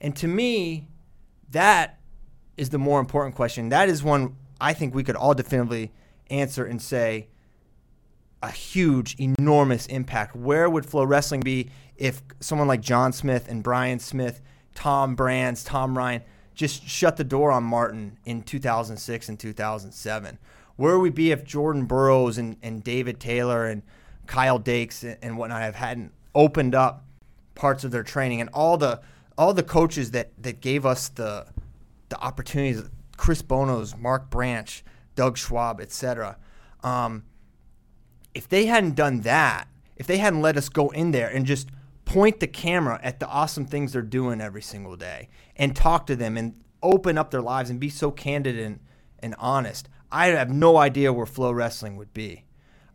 A: And to me, that is the more important question. That is one I think we could all definitively answer and say a huge, enormous impact. Where would flow wrestling be if someone like John Smith and Brian Smith, Tom Brands, Tom Ryan just shut the door on Martin in 2006 and 2007? Where would we be if Jordan Burroughs and, and David Taylor and Kyle Dakes and, and whatnot have hadn't opened up parts of their training and all the all the coaches that that gave us the the opportunities Chris Bonos, Mark Branch, Doug Schwab, etc. Um, if they hadn't done that, if they hadn't let us go in there and just point the camera at the awesome things they're doing every single day and talk to them and open up their lives and be so candid and, and honest, I have no idea where flow wrestling would be.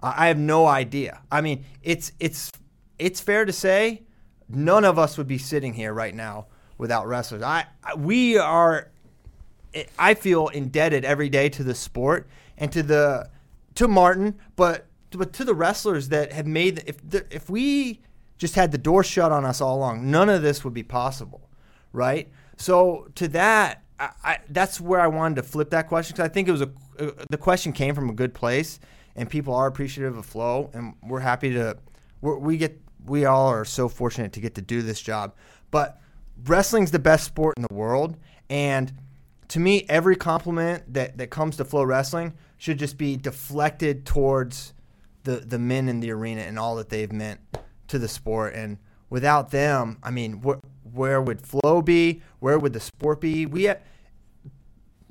A: I I have no idea. I mean, it's it's it's fair to say none of us would be sitting here right now without wrestlers. I, I we are it- I feel indebted every day to the sport and to the to Martin, but but to the wrestlers that have made if the, if we just had the door shut on us all along, none of this would be possible, right? So to that, I, I, that's where I wanted to flip that question because I think it was a uh, the question came from a good place, and people are appreciative of flow, and we're happy to we're, we get we all are so fortunate to get to do this job, but wrestling's the best sport in the world, and to me, every compliment that, that comes to Flow Wrestling should just be deflected towards the, the men in the arena and all that they've meant to the sport. And without them, I mean, wh- where would Flow be? Where would the sport be? We ha-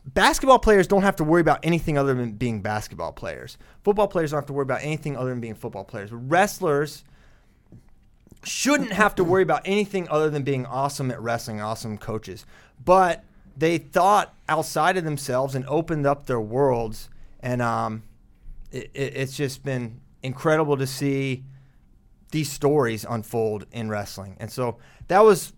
A: basketball players don't have to worry about anything other than being basketball players. Football players don't have to worry about anything other than being football players. Wrestlers shouldn't have to worry about anything other than being awesome at wrestling, awesome coaches. But they thought outside of themselves and opened up their worlds, and um, it, it, it's just been incredible to see these stories unfold in wrestling. And so that was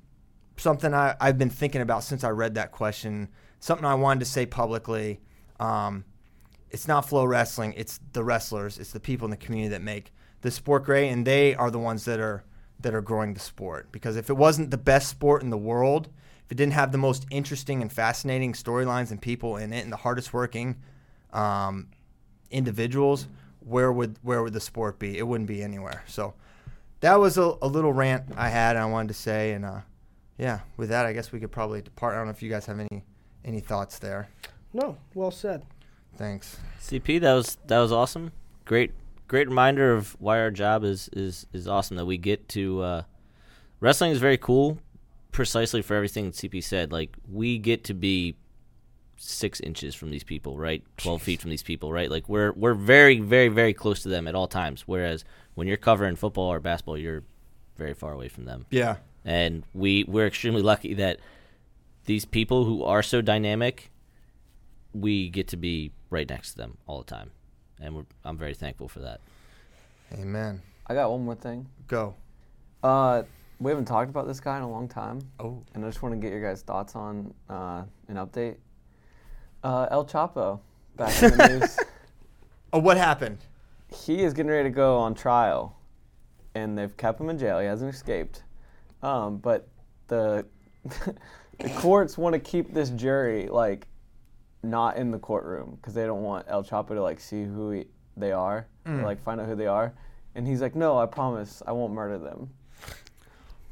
A: something I, I've been thinking about since I read that question. Something I wanted to say publicly. Um, it's not flow wrestling. It's the wrestlers. It's the people in the community that make the sport great, and they are the ones that are that are growing the sport. Because if it wasn't the best sport in the world, if it didn't have the most interesting and fascinating storylines and people in it, and the hardest working um, individuals, where would where would the sport be? It wouldn't be anywhere. So that was a, a little rant I had. I wanted to say, and uh, yeah, with that, I guess we could probably depart. I don't know if you guys have any any thoughts there.
B: No, well said.
A: Thanks.
C: CP, that was that was awesome. Great, great reminder of why our job is is is awesome that we get to. Uh, wrestling is very cool, precisely for everything that CP said. Like we get to be six inches from these people, right? Twelve feet from these people, right? Like we're we're very very very close to them at all times. Whereas when you're covering football or basketball, you're very far away from them
A: Yeah.
C: and we we're extremely lucky that these people who are so dynamic we get to be right next to them all the time and we're, i'm very thankful for that
A: Amen.
D: I got one more thing.
A: Go.
D: Uh, we haven't talked about this guy in a long time.
A: Oh.
D: And I just want to get your guys' thoughts on uh, an update. Uh, El Chapo, back in the news.
A: Oh, what happened?
D: He is getting ready to go on trial, and they've kept him in jail. He hasn't escaped. Um, but the the courts want to keep this jury like not in the courtroom because they don't want El Chapo to like see who he, they are, or, like find out who they are. And he's like, "No, I promise, I won't murder them."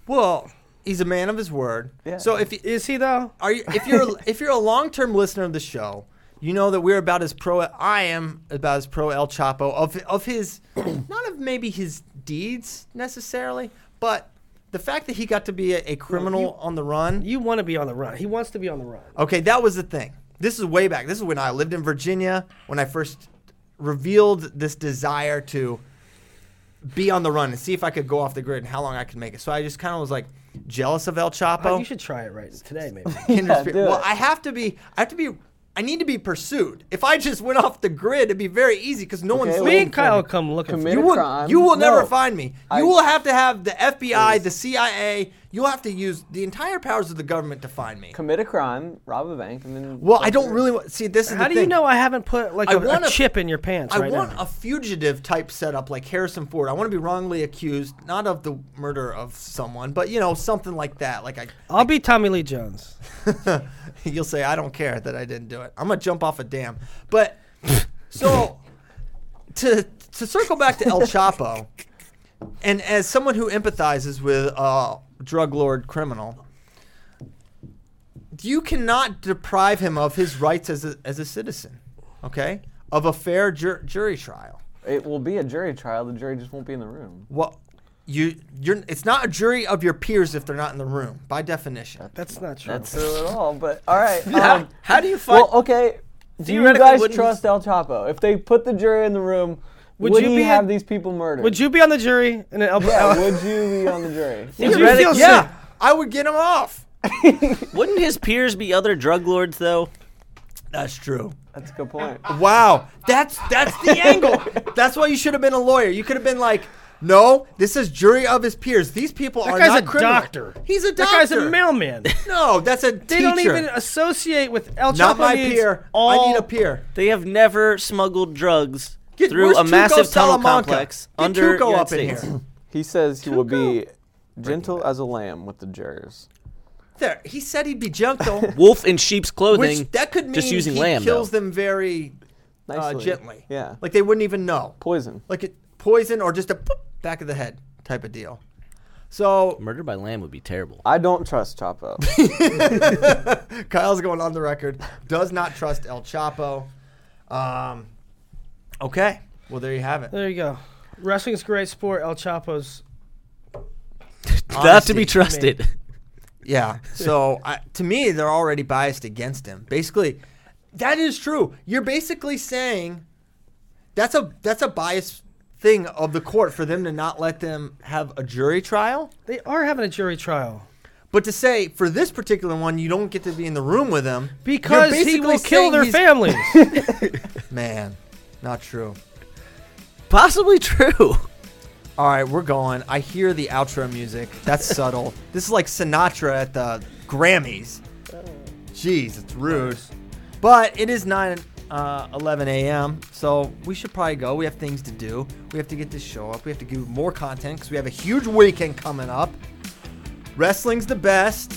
A: Well, he's a man of his word.
D: Yeah.
A: So if
B: Is he though?
A: Are you, if you're if you're a long term listener of the show, you know that we're about as pro. I am about as pro El Chapo of of his, not of maybe his deeds necessarily, but the fact that he got to be a, a criminal on the run.
B: You want to be on the run. He wants to be on the run.
A: Okay, that was the thing. This is way back. This is when I lived in Virginia when I first revealed this desire to be on the run and see if I could go off the grid and how long I could make it. So I just kind of was like jealous of El Chapo.
B: Oh, You should try it right today, maybe.
A: kindred spirit.
D: do
A: Well,
D: it.
A: I have to be. I have to be. I need to be pursued. If I just went off the grid, it'd be very easy because no one's
D: well,
B: Me
A: looking
B: and
A: for
B: Kyle
A: me.
B: come looking for
D: Commit
B: you.
A: You
D: a
A: will,
D: crime.
A: you will never
D: No.
A: find me. You
D: I-
A: will have to have the FBI, the CIA. You'll have to use the entire powers of the government to find me.
D: Commit a crime, rob a bank, and then.
A: Well, I don't really want. See, this is
B: How
A: the
B: do
A: thing.
B: you know I haven't put like
A: I
B: a,
A: want
B: a
A: a-
B: chip in your pants
A: I
B: right
A: want
B: now?
A: a fugitive type setup like Harrison Ford. I want to be wrongly accused, not of the murder of someone, but you know something like that. Like I,
B: i I'll be Tommy Lee Jones.
A: you'll say I don't care that I didn't do it. I'm gonna jump off a dam. But so to to circle back to El Chapo, and as someone who empathizes with a drug lord criminal, you cannot deprive him of his rights as a, as a citizen, okay? Of a fair jur- jury trial.
D: It will be a jury trial. The jury just won't be in the room.
A: What you you're it's not a jury of your peers if they're not in the room by definition.
B: That's not true.
D: That's true at all. But all right.
A: How,
D: um,
A: how do you find
D: well, okay. Do you
C: Theoretically,
D: guys
C: wouldn't-
D: trust El Chapo? If they put the jury in the room, would,
B: you
D: he
B: be a-
D: have these people murdered?
B: Would you be on the jury? And then I'll,
D: Yeah,
B: I'll-
D: would you be on the jury?
B: would you
C: Theoretic-
B: feel
A: Yeah,
B: sick?
A: I would get him off.
C: Wouldn't his peers be other drug lords though?
A: That's true.
D: That's a good point.
A: Wow, that's that's the angle. That's why you should have been a lawyer. You could have been like, no, this is jury of his peers. These people
B: That
A: are
B: guy's
A: not
B: a
A: criminal.
B: doctor.
A: He's a doctor.
B: That guy's a mailman.
A: No, that's a
B: They
A: teacher.
B: don't even associate with El Chapo.
A: not my
B: needs
A: peer.
B: All
A: I need a peer.
C: They have never smuggled drugs
A: Get-
C: through
A: where's
C: a
A: Tuco
C: massive tunnel
A: Salamanca?
C: complex
A: Get Tuco
C: under United
A: up in
C: States.
A: here.
D: He says he will be gentle as a lamb with the jurors.
A: There, he said he'd be gentle,
C: Wolf in sheep's clothing.
A: which that could mean
C: just using
A: he
C: lamb.
A: kills
C: though.
A: them very uh,
D: Nicely.
A: gently.
D: Yeah.
A: like they wouldn't even know.
D: Poison.
A: like it, poison or just a boop, back of the head type of deal. So
C: Murder by lamb would be terrible.
D: I don't trust Chapo.
C: Mm.
A: Kyle's going on the record. Does not trust El Chapo. Um, okay. Well, there you have it.
B: There you go. Wrestling's a great sport. El Chapo's.
C: Not to be
A: Honesty.
C: trusted.
A: Yeah. So I, to me, they're already biased against him. Basically, that is true. You're basically saying that's a that's a biased thing of the court for them to not let them have a jury trial.
B: They are having a jury trial
A: But to say for this particular one, you don't get to be in the room with him you're
B: because he
A: basically
B: will kill
A: saying
B: their
A: he's-
B: families.
A: Man, not true.
C: Possibly true.
A: All right, we're going. I hear the outro music. That's subtle. This is like Sinatra at the Grammys. Jeez, it's rude. But it is 9 uh, 11 a.m., so we should probably go. We have things to do. We have to get this show up. We have to give more content because we have a huge weekend coming up. Wrestling's the best.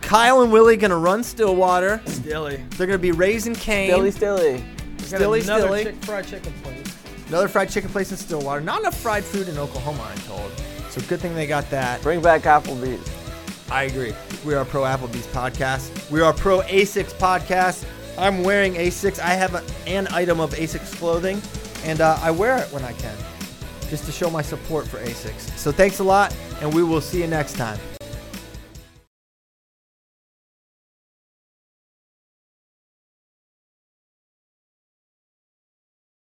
A: Kyle and Willie gonna run Stillwater.
B: Dilly.
A: They're gonna be raising Cain.
D: Dilly Stilly.
A: Stilly,
B: another
A: Stilly.
B: Chick, fried chicken place.
A: Another fried chicken place in Stillwater. Not enough fried food in Oklahoma, I'm told. So good thing they got that.
D: Bring back Applebee's.
A: I agree. We are pro Applebee's podcast. We are pro Asics podcast. I'm wearing Asics. I have a, an item of Asics clothing, and uh, I wear it when I can, just to show my support for Asics. So thanks a lot, and we will see you next time.